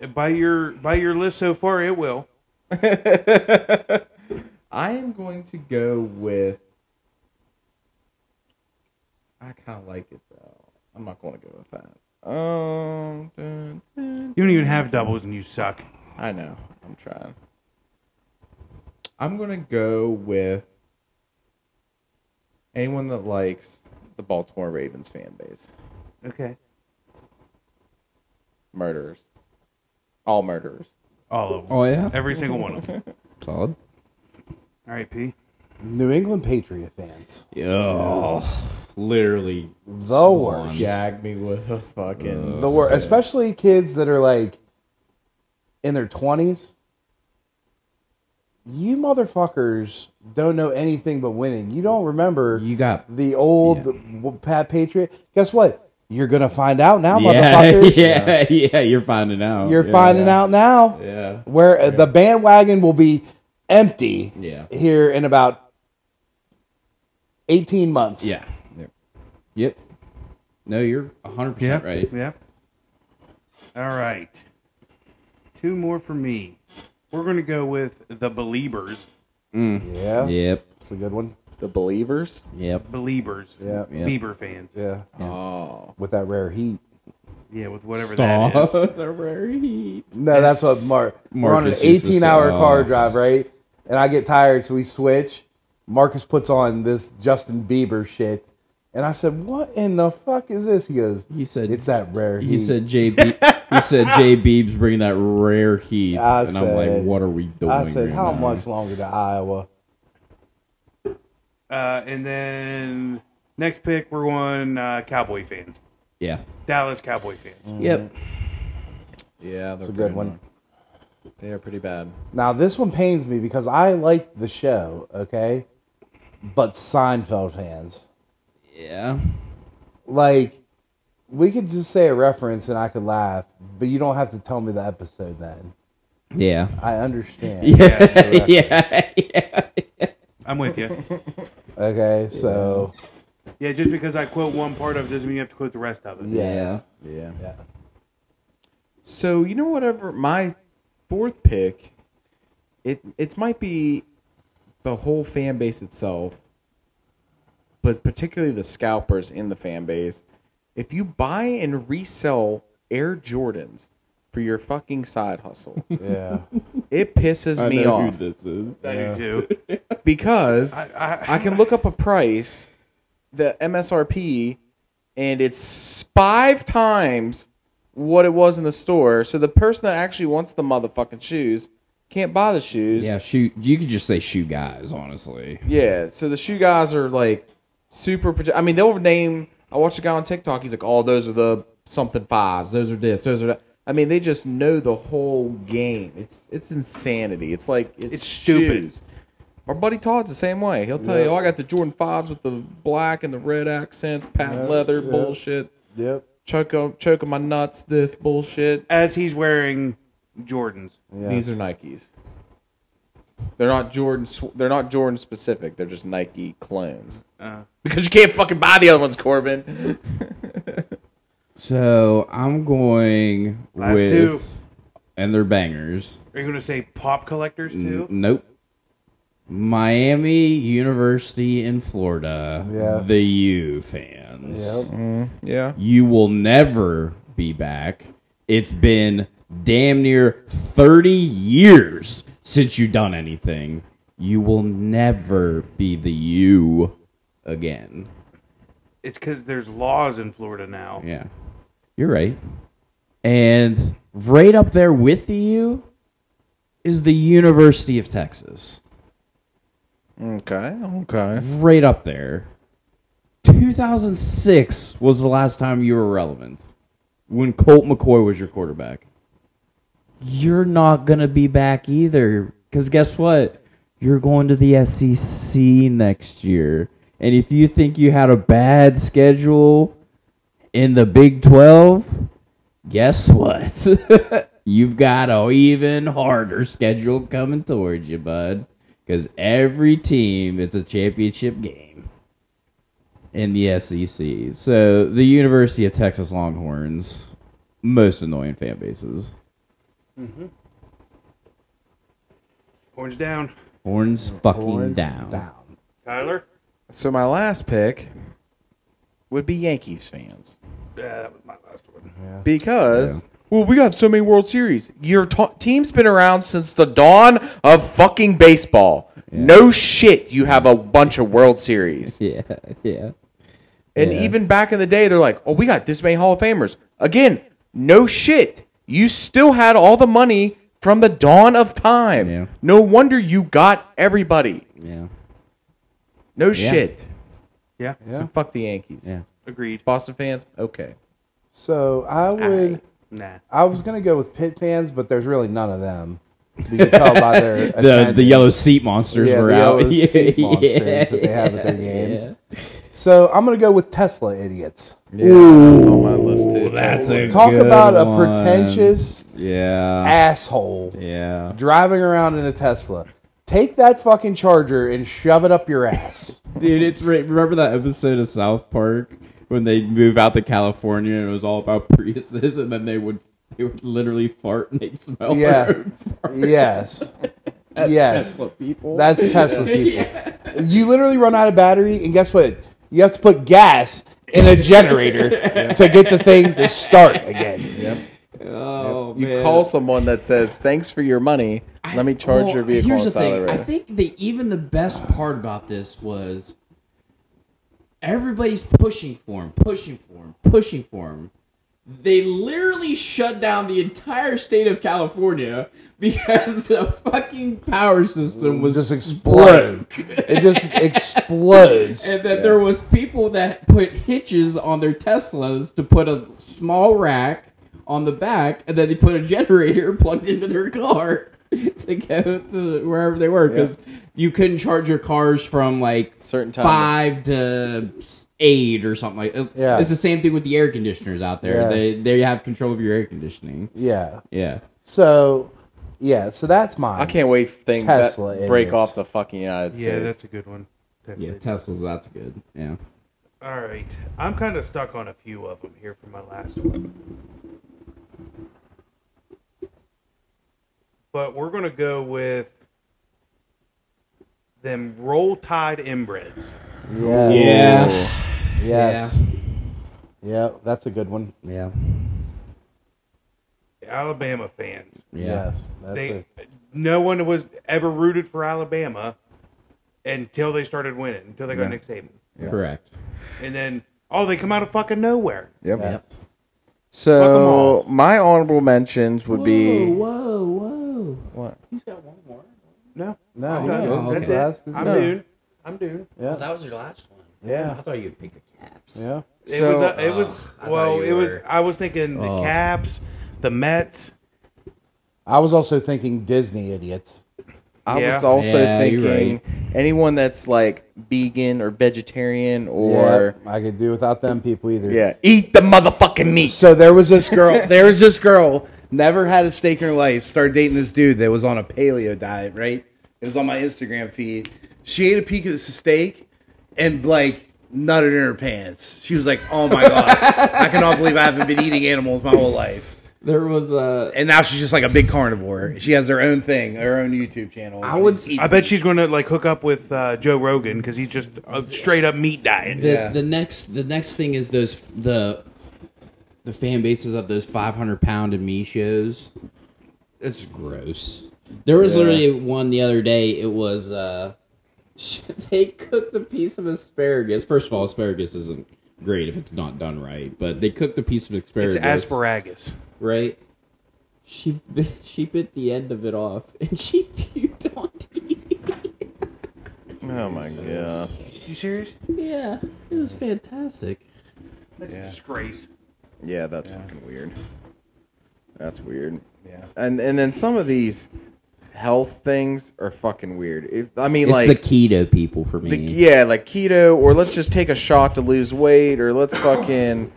[SPEAKER 1] not.
[SPEAKER 4] By your by your list so far, it will.
[SPEAKER 1] I am going to go with. I kind of like it though. I'm not going to go with that. Um, dun, dun.
[SPEAKER 4] You don't even have doubles, and you suck.
[SPEAKER 1] I know. I'm trying. I'm gonna go with anyone that likes the Baltimore Ravens fan base.
[SPEAKER 4] Okay.
[SPEAKER 1] Murderers, all murderers.
[SPEAKER 4] All of them.
[SPEAKER 2] Oh yeah,
[SPEAKER 4] Every single one of them.
[SPEAKER 2] solid.
[SPEAKER 4] All right, P.
[SPEAKER 6] New England Patriot fans.
[SPEAKER 2] Yo, literally
[SPEAKER 6] The worst.
[SPEAKER 1] Gag me with a fucking.
[SPEAKER 6] The worst. Especially kids that are like in their 20s. You motherfuckers don't know anything but winning. You don't remember
[SPEAKER 2] You got
[SPEAKER 6] the old w Pat Patriot. Guess what? You're going to find out
[SPEAKER 9] *laughs*
[SPEAKER 6] now,
[SPEAKER 2] yeah, *laughs*
[SPEAKER 6] motherfuckers.
[SPEAKER 2] yeah, yeah. You're finding out.
[SPEAKER 6] You're
[SPEAKER 2] Yeah.
[SPEAKER 6] finding out now.
[SPEAKER 2] Yeah.
[SPEAKER 6] where uh, the bandwagon will be empty
[SPEAKER 2] Yeah.
[SPEAKER 6] here in about 18 months.
[SPEAKER 2] Yeah. Yep. Yep. No, you're 100 percent right.
[SPEAKER 4] Yep. All right. Two more for me. We're going to go with the Believers.
[SPEAKER 6] Yeah.
[SPEAKER 2] Yep.
[SPEAKER 6] It's a good one.
[SPEAKER 1] The believers.
[SPEAKER 2] Yep.
[SPEAKER 4] Believers.
[SPEAKER 6] Yeah.
[SPEAKER 2] Yeah.
[SPEAKER 4] Bieber fans. Yeah,
[SPEAKER 6] Yeah.
[SPEAKER 1] Oh,
[SPEAKER 6] With that rare heat.
[SPEAKER 4] with whatever that
[SPEAKER 2] *laughs*
[SPEAKER 4] is.
[SPEAKER 2] Stop. They're very heat.
[SPEAKER 6] No, that's what Mark. we're on an
[SPEAKER 2] Marcus used to
[SPEAKER 6] 18 hour
[SPEAKER 2] say,
[SPEAKER 6] car
[SPEAKER 2] "Oh."
[SPEAKER 6] drive, right? And I get tired, so we switch. Marcus puts on this Justin Bieber shit. And I said, What in the fuck is this? He goes,
[SPEAKER 2] He said
[SPEAKER 6] It's that rare heat.
[SPEAKER 2] He said JB. *laughs* he said Jay Beebs bringing that rare heat,
[SPEAKER 6] I
[SPEAKER 2] and I'm like,
[SPEAKER 6] said-
[SPEAKER 2] what are we doing?
[SPEAKER 6] I said,
[SPEAKER 2] right
[SPEAKER 6] How
[SPEAKER 2] now?"
[SPEAKER 6] much longer to Iowa?
[SPEAKER 4] Uh, and then next pick, we're going uh, Cowboy fans.
[SPEAKER 2] Yeah.
[SPEAKER 4] Dallas Cowboy fans.
[SPEAKER 2] Yep.
[SPEAKER 1] yeah,
[SPEAKER 6] It's a good one.
[SPEAKER 1] They are pretty bad.
[SPEAKER 6] Now this one pains me because I like the show, okay? But Seinfeld fans.
[SPEAKER 2] Yeah.
[SPEAKER 6] Like we could just say a reference and I could laugh, but you don't have to tell me the episode then.
[SPEAKER 2] Yeah.
[SPEAKER 6] I
[SPEAKER 2] *laughs*
[SPEAKER 6] understand.
[SPEAKER 2] Yeah. yeah.
[SPEAKER 4] I'm with you.
[SPEAKER 6] Okay, so
[SPEAKER 4] yeah, just because I quote one part of it doesn't mean you have to quote the rest of it.
[SPEAKER 2] Yeah.
[SPEAKER 1] Yeah.
[SPEAKER 6] yeah.
[SPEAKER 1] So you know whatever my fourth pick, it it might be the whole fan base itself, but particularly the scalpers in the fan base. If you buy and resell Air Jordans for your fucking side
[SPEAKER 2] *laughs*
[SPEAKER 1] hustle,
[SPEAKER 6] Yeah.
[SPEAKER 1] it pisses
[SPEAKER 2] I
[SPEAKER 1] me
[SPEAKER 2] know who
[SPEAKER 1] off
[SPEAKER 2] this is.
[SPEAKER 4] I do too.
[SPEAKER 1] because
[SPEAKER 4] I, I,
[SPEAKER 1] I can look up a price, the MSRP, and it's five times what it was in the store. So the person that actually wants the motherfucking shoes can't buy the shoes.
[SPEAKER 2] Yeah. Shoot. You could just say shoe guys, honestly.
[SPEAKER 1] Yeah, So the shoe guys are like super. prote- I mean, they'll name. I watched a guy on TikTok. He's like, "Oh, those are the something fives. Those are this. Those are that." I mean, they just know the whole game. It's it's insanity. It's like it's,
[SPEAKER 4] It's stupid.
[SPEAKER 1] shoes. Our buddy Todd's the same way. He'll tell you, "Oh, I got the Jordan fives with the black and the red accents, patent leather
[SPEAKER 6] yeah.
[SPEAKER 1] bullshit,
[SPEAKER 6] Yep.
[SPEAKER 1] choke on choke on my nuts, this bullshit."
[SPEAKER 4] as he's wearing Jordans.
[SPEAKER 6] Yeah.
[SPEAKER 1] These are Nikes. They're not Jordan. Sw- they're not Jordan specific. They're just Nike clones.
[SPEAKER 4] Uh,
[SPEAKER 1] Because you can't fucking buy the other ones, Corbin.
[SPEAKER 2] So I'm going
[SPEAKER 4] Last
[SPEAKER 2] with,
[SPEAKER 4] two.
[SPEAKER 2] and they're bangers.
[SPEAKER 4] are you going to say pop
[SPEAKER 2] Mm.
[SPEAKER 4] collectors too?
[SPEAKER 2] Nope. Miami University in Florida.
[SPEAKER 6] Yeah.
[SPEAKER 2] The U fans.
[SPEAKER 6] Yep.
[SPEAKER 1] Yeah.
[SPEAKER 2] You will never be back. It's been damn near 30 years since you done anything. You will never be the U again.
[SPEAKER 4] It's because there's laws in Florida now.
[SPEAKER 2] Yeah. You're right. And right up there with the U is the University of Texas.
[SPEAKER 1] Okay. Okay.
[SPEAKER 2] right up there. 2006 was the last time you were relevant when Colt McCoy was your quarterback. You're not going to be back either because guess what? You're going to the SEC next year. And if you think you had a bad schedule in the Big 12, guess what? *laughs* you've got a even harder schedule coming towards you, bud. Because every team, it's a championship game in the SEC. So the University of Texas Longhorns, most annoying fan bases.
[SPEAKER 4] Horns down.
[SPEAKER 2] Horns fucking down.
[SPEAKER 4] Tyler?
[SPEAKER 1] So my last pick would be Yankees fans
[SPEAKER 4] that was my last one.
[SPEAKER 1] because well, we got so many World Series. Your t- team's been around since the dawn of fucking baseball. No shit, you have a bunch of World Series.
[SPEAKER 2] *laughs*
[SPEAKER 1] *laughs*
[SPEAKER 2] Yeah, yeah.
[SPEAKER 1] And
[SPEAKER 2] Yeah.
[SPEAKER 1] even back in the day, they're like, oh, we got this many Hall of Famers. Again, no shit. You still had all the money from the dawn of time.
[SPEAKER 2] Yeah.
[SPEAKER 1] No wonder you got everybody.
[SPEAKER 2] Yeah.
[SPEAKER 1] No shit.
[SPEAKER 4] Yeah.
[SPEAKER 1] So fuck the Yankees.
[SPEAKER 2] Yeah.
[SPEAKER 4] Agreed.
[SPEAKER 1] Boston fans, okay.
[SPEAKER 6] So I would.
[SPEAKER 4] Nah.
[SPEAKER 6] I was gonna go with Pit fans, but there's really none of them. You can tell by
[SPEAKER 2] *laughs*
[SPEAKER 6] their
[SPEAKER 2] The, the
[SPEAKER 6] attendance.
[SPEAKER 2] yellow seat monsters
[SPEAKER 6] yeah,
[SPEAKER 2] were
[SPEAKER 6] the
[SPEAKER 2] out.
[SPEAKER 6] yellow
[SPEAKER 2] *laughs* Yeah,
[SPEAKER 6] seat monsters
[SPEAKER 2] yeah,
[SPEAKER 6] that they have at their
[SPEAKER 2] yeah.
[SPEAKER 6] games. So I'm gonna go with Tesla idiots.
[SPEAKER 2] That's a
[SPEAKER 6] Talk
[SPEAKER 2] good
[SPEAKER 6] about a
[SPEAKER 2] one.
[SPEAKER 6] pretentious
[SPEAKER 2] Yeah.
[SPEAKER 6] asshole
[SPEAKER 2] Yeah.
[SPEAKER 6] driving around in a Tesla. Take that fucking charger and shove it up your
[SPEAKER 2] *laughs*
[SPEAKER 6] ass.
[SPEAKER 2] Dude, it's re- remember that episode of South Park when they move out to California and it was all about *laughs* Priuses and then they would they would literally fart and they'd smell
[SPEAKER 6] Yeah.
[SPEAKER 2] their own fart.
[SPEAKER 6] yes. yes.
[SPEAKER 2] Tesla people.
[SPEAKER 6] That's
[SPEAKER 2] *laughs*
[SPEAKER 6] Tesla people. You literally run out of battery, and guess what? You have to put gas in a generator to get the thing to start again.
[SPEAKER 2] oh,
[SPEAKER 1] You
[SPEAKER 2] man.
[SPEAKER 1] call someone that says, thanks for your money. Let me charge
[SPEAKER 2] Well,
[SPEAKER 1] your vehicle
[SPEAKER 2] Here's
[SPEAKER 1] on
[SPEAKER 2] the thing. I
[SPEAKER 1] Saturday.
[SPEAKER 2] think the even the best part about this was everybody's pushing for him, pushing for him, pushing for him. They literally shut down the entire state of California *laughs* because the fucking power system was
[SPEAKER 6] Just explode. It just explodes.
[SPEAKER 2] and that there was people that put hitches on their Teslas to put a small rack on the back, and then they put a generator *laughs* plugged into their car *laughs* to go to wherever they were because you couldn't charge your cars from like
[SPEAKER 1] Certain time.
[SPEAKER 2] five to eight or something like. uh,
[SPEAKER 6] Yeah.
[SPEAKER 2] it's the same thing with the air conditioners out there.
[SPEAKER 6] Yeah.
[SPEAKER 2] They they have control of your air conditioning.
[SPEAKER 6] Yeah.
[SPEAKER 2] Yeah.
[SPEAKER 6] So, yeah. So that's mine.
[SPEAKER 1] I can't wait for things
[SPEAKER 6] Tesla
[SPEAKER 1] that break
[SPEAKER 6] idiots.
[SPEAKER 1] off the fucking United
[SPEAKER 4] Yeah,
[SPEAKER 1] States.
[SPEAKER 4] that's a good one. That's
[SPEAKER 2] Yeah,
[SPEAKER 4] good.
[SPEAKER 2] Teslas. That's good. Yeah,
[SPEAKER 4] All right. I'm kind of stuck on a few of them here for my last one. But we're going to go with them roll tide inbreds.
[SPEAKER 6] Yes.
[SPEAKER 2] Yeah.
[SPEAKER 6] Yes. Yeah. That's a good one.
[SPEAKER 2] yeah,
[SPEAKER 4] Alabama fans.
[SPEAKER 2] yeah.
[SPEAKER 6] Yes. That's
[SPEAKER 4] they
[SPEAKER 6] a,
[SPEAKER 4] no one was ever rooted for Alabama until they started winning, until they got Nick Saban.
[SPEAKER 2] Correct.
[SPEAKER 4] And then oh, they come out of fucking nowhere.
[SPEAKER 1] Yep.
[SPEAKER 2] Yep.
[SPEAKER 1] So
[SPEAKER 4] 'em all.
[SPEAKER 1] my honorable mentions would be
[SPEAKER 2] whoa, whoa.
[SPEAKER 1] What?
[SPEAKER 2] He's got one more.
[SPEAKER 4] No.
[SPEAKER 6] no,
[SPEAKER 4] I'm
[SPEAKER 6] no,
[SPEAKER 4] done.
[SPEAKER 2] Oh, okay.
[SPEAKER 4] That's it. I'm
[SPEAKER 6] no.
[SPEAKER 4] doomed. I'm doomed.
[SPEAKER 6] Yeah.
[SPEAKER 2] Oh, that was your last one.
[SPEAKER 6] Yeah.
[SPEAKER 2] I thought you'd pick the Caps.
[SPEAKER 6] Yeah.
[SPEAKER 4] It
[SPEAKER 1] So-
[SPEAKER 4] was uh, it was
[SPEAKER 2] I thought
[SPEAKER 4] well,
[SPEAKER 2] you
[SPEAKER 4] it was
[SPEAKER 2] were-
[SPEAKER 4] I was thinking the
[SPEAKER 2] Oh.
[SPEAKER 4] Caps, the Mets.
[SPEAKER 6] I was also thinking Disney idiots.
[SPEAKER 1] I
[SPEAKER 4] Yeah.
[SPEAKER 1] was also
[SPEAKER 2] Yeah, you're
[SPEAKER 1] thinking
[SPEAKER 2] right.
[SPEAKER 1] anyone that's like vegan or vegetarian or
[SPEAKER 6] Yeah, I could do without them people either.
[SPEAKER 1] yeah, eat the motherfucking meat.
[SPEAKER 11] So there was this
[SPEAKER 2] *laughs*
[SPEAKER 11] girl. there was this girl. Never had a steak in her life. Started dating this dude that was on a paleo diet. Right. It was on my Instagram feed. She ate a piece of steak, and like nutted in her pants. She was like, "Oh my god, I cannot believe I haven't been eating animals my whole life."
[SPEAKER 2] There was uh, a.
[SPEAKER 11] And now she's just like a big carnivore. She has her own thing, her own YouTube channel.
[SPEAKER 2] I would.
[SPEAKER 4] I bet she's going to like hook up with uh, Joe Rogan because he's just a straight up meat diet.
[SPEAKER 2] The,
[SPEAKER 11] Yeah.
[SPEAKER 2] the next, the next thing is those the the fan bases of those 500 pound and me shows. It's gross. There was literally one the other day. It was uh, *laughs* they cooked a piece of asparagus. First of all, asparagus isn't great if it's not done right. But they cooked a piece of asparagus.
[SPEAKER 4] It's asparagus.
[SPEAKER 2] right? She *laughs* she bit the end of it off, *laughs* and she puked on TV.
[SPEAKER 1] oh my god.
[SPEAKER 4] You serious?
[SPEAKER 2] *laughs* Yeah, it was fantastic.
[SPEAKER 4] That's a disgrace.
[SPEAKER 1] Yeah, that's fucking weird. That's weird.
[SPEAKER 11] Yeah.
[SPEAKER 1] And and then some of these health things are fucking weird. If, I mean like
[SPEAKER 2] it's the keto people for me.
[SPEAKER 1] the- yeah, like keto or let's just take a shot to lose weight or let's fucking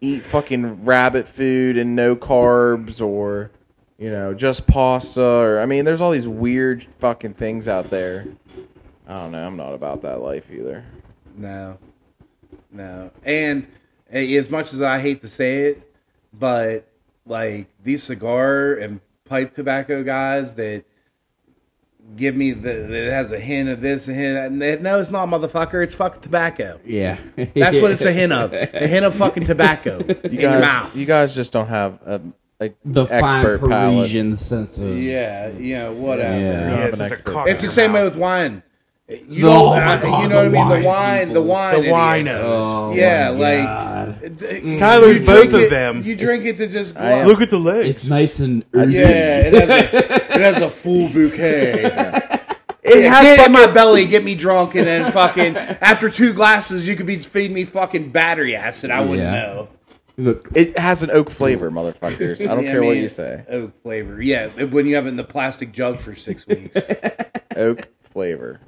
[SPEAKER 1] eat fucking rabbit food and no carbs or you know just pasta or I mean there's all these weird fucking things out there. I don't know. I'm not about that life either.
[SPEAKER 6] No, no. And eh, as much as I hate to say it, but like these cigar and pipe tobacco guys that give me the that has a hint of this and hint of that, and they- no, it's not motherfucker. It's fucking tobacco.
[SPEAKER 7] Yeah.
[SPEAKER 2] *laughs*
[SPEAKER 6] That's what it's a hint of. A hint of fucking tobacco in
[SPEAKER 1] You
[SPEAKER 6] your
[SPEAKER 1] guys,
[SPEAKER 6] mouth.
[SPEAKER 1] you guys just don't have a, a
[SPEAKER 7] The
[SPEAKER 1] expert
[SPEAKER 7] fine
[SPEAKER 1] palate.
[SPEAKER 7] Parisian sense of
[SPEAKER 6] yeah, yeah, whatever.
[SPEAKER 7] Yeah.
[SPEAKER 1] don't have
[SPEAKER 4] Yes,
[SPEAKER 1] an
[SPEAKER 4] it's a
[SPEAKER 1] expert.
[SPEAKER 4] cock
[SPEAKER 6] It's
[SPEAKER 4] in
[SPEAKER 6] the
[SPEAKER 4] your
[SPEAKER 6] same way
[SPEAKER 4] mouth.
[SPEAKER 6] with wine. You,
[SPEAKER 7] Oh
[SPEAKER 6] don't-
[SPEAKER 7] my
[SPEAKER 6] I-
[SPEAKER 7] God,
[SPEAKER 6] you know
[SPEAKER 7] the
[SPEAKER 6] what I mean?
[SPEAKER 7] wine
[SPEAKER 6] The wine, the
[SPEAKER 7] people.
[SPEAKER 6] wine,
[SPEAKER 4] the
[SPEAKER 6] idiots.
[SPEAKER 4] winos.
[SPEAKER 7] Oh
[SPEAKER 6] Yeah,
[SPEAKER 7] my
[SPEAKER 6] like
[SPEAKER 7] God.
[SPEAKER 6] d-
[SPEAKER 4] Tyler's
[SPEAKER 6] you
[SPEAKER 4] both
[SPEAKER 6] drink
[SPEAKER 4] of
[SPEAKER 6] it-
[SPEAKER 4] Mm-hmm. them.
[SPEAKER 6] You drink it to just
[SPEAKER 1] I am-
[SPEAKER 6] glow.
[SPEAKER 4] Look at the legs.
[SPEAKER 2] It's nice and
[SPEAKER 6] Yeah, it has, a, it has a full bouquet.
[SPEAKER 1] It
[SPEAKER 6] It
[SPEAKER 1] has
[SPEAKER 6] Get in
[SPEAKER 1] fucking
[SPEAKER 6] my belly, get me drunk, and then fucking after two glasses, you could be feeding me fucking battery acid. I wouldn't
[SPEAKER 2] Yeah.
[SPEAKER 6] know.
[SPEAKER 2] Look,
[SPEAKER 1] It has an oak flavor,
[SPEAKER 6] *laughs*
[SPEAKER 1] motherfuckers. I don't
[SPEAKER 6] Yeah,
[SPEAKER 1] care what
[SPEAKER 6] mean,
[SPEAKER 1] you say.
[SPEAKER 6] Oak flavor, yeah. When you have it in the plastic jug for
[SPEAKER 1] *laughs*
[SPEAKER 6] six weeks,
[SPEAKER 1] Oak flavor.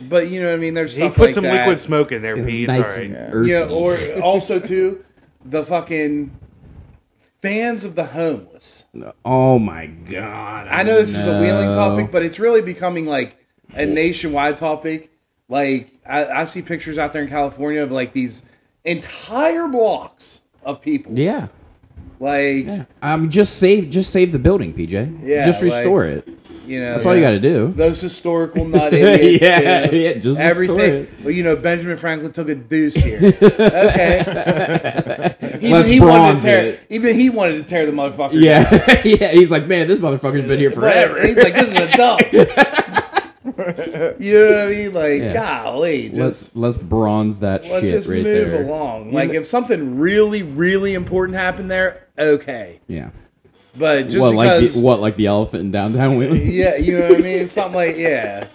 [SPEAKER 6] but you know what I mean. There's
[SPEAKER 4] he
[SPEAKER 6] stuff
[SPEAKER 4] put
[SPEAKER 6] like
[SPEAKER 4] some
[SPEAKER 6] that.
[SPEAKER 4] liquid smoke in there, P. It's
[SPEAKER 2] nice
[SPEAKER 4] all right.
[SPEAKER 2] and earthy.
[SPEAKER 6] Yeah, or also too, the fucking fans of the homeless.
[SPEAKER 2] oh my god!
[SPEAKER 6] I know this is a wheeling
[SPEAKER 2] No.
[SPEAKER 6] topic, but it's really becoming like a nationwide topic. Like I, I see pictures out there in California of like these entire blocks of people.
[SPEAKER 7] Yeah.
[SPEAKER 6] Like
[SPEAKER 7] Um, just save, just save the building, PJ.
[SPEAKER 6] Yeah,
[SPEAKER 7] just
[SPEAKER 6] like-
[SPEAKER 7] restore it.
[SPEAKER 6] you know,
[SPEAKER 7] That's all you got to do.
[SPEAKER 6] Those historical nut idiots.
[SPEAKER 2] Yeah,
[SPEAKER 6] too.
[SPEAKER 2] yeah, just
[SPEAKER 6] everything.
[SPEAKER 2] destroy
[SPEAKER 6] Well, you know, Benjamin Franklin took a
[SPEAKER 2] *laughs*
[SPEAKER 6] deuce here. okay. even
[SPEAKER 2] Let's
[SPEAKER 6] he wanted
[SPEAKER 2] bronze
[SPEAKER 6] to tear.
[SPEAKER 2] it.
[SPEAKER 6] Even he wanted to tear the
[SPEAKER 2] *laughs*
[SPEAKER 6] motherfucker.
[SPEAKER 2] Yeah, yeah. He's like, man, this motherfucker's been here forever.
[SPEAKER 6] Whatever. He's like, this is
[SPEAKER 2] *laughs*
[SPEAKER 6] a dump. *laughs* you know what I mean? Like,
[SPEAKER 2] Yeah.
[SPEAKER 6] golly,
[SPEAKER 2] let's
[SPEAKER 6] just
[SPEAKER 2] let's bronze that
[SPEAKER 6] let's
[SPEAKER 2] shit
[SPEAKER 6] just
[SPEAKER 2] right
[SPEAKER 6] move
[SPEAKER 2] there.
[SPEAKER 6] along. Like, if something really, really important happened there, okay.
[SPEAKER 2] Yeah.
[SPEAKER 6] But just
[SPEAKER 2] what like
[SPEAKER 6] because,
[SPEAKER 2] the, what like the elephant in downtown
[SPEAKER 6] *laughs*
[SPEAKER 2] Wheeling?
[SPEAKER 6] yeah, you know what I mean? Something like, yeah,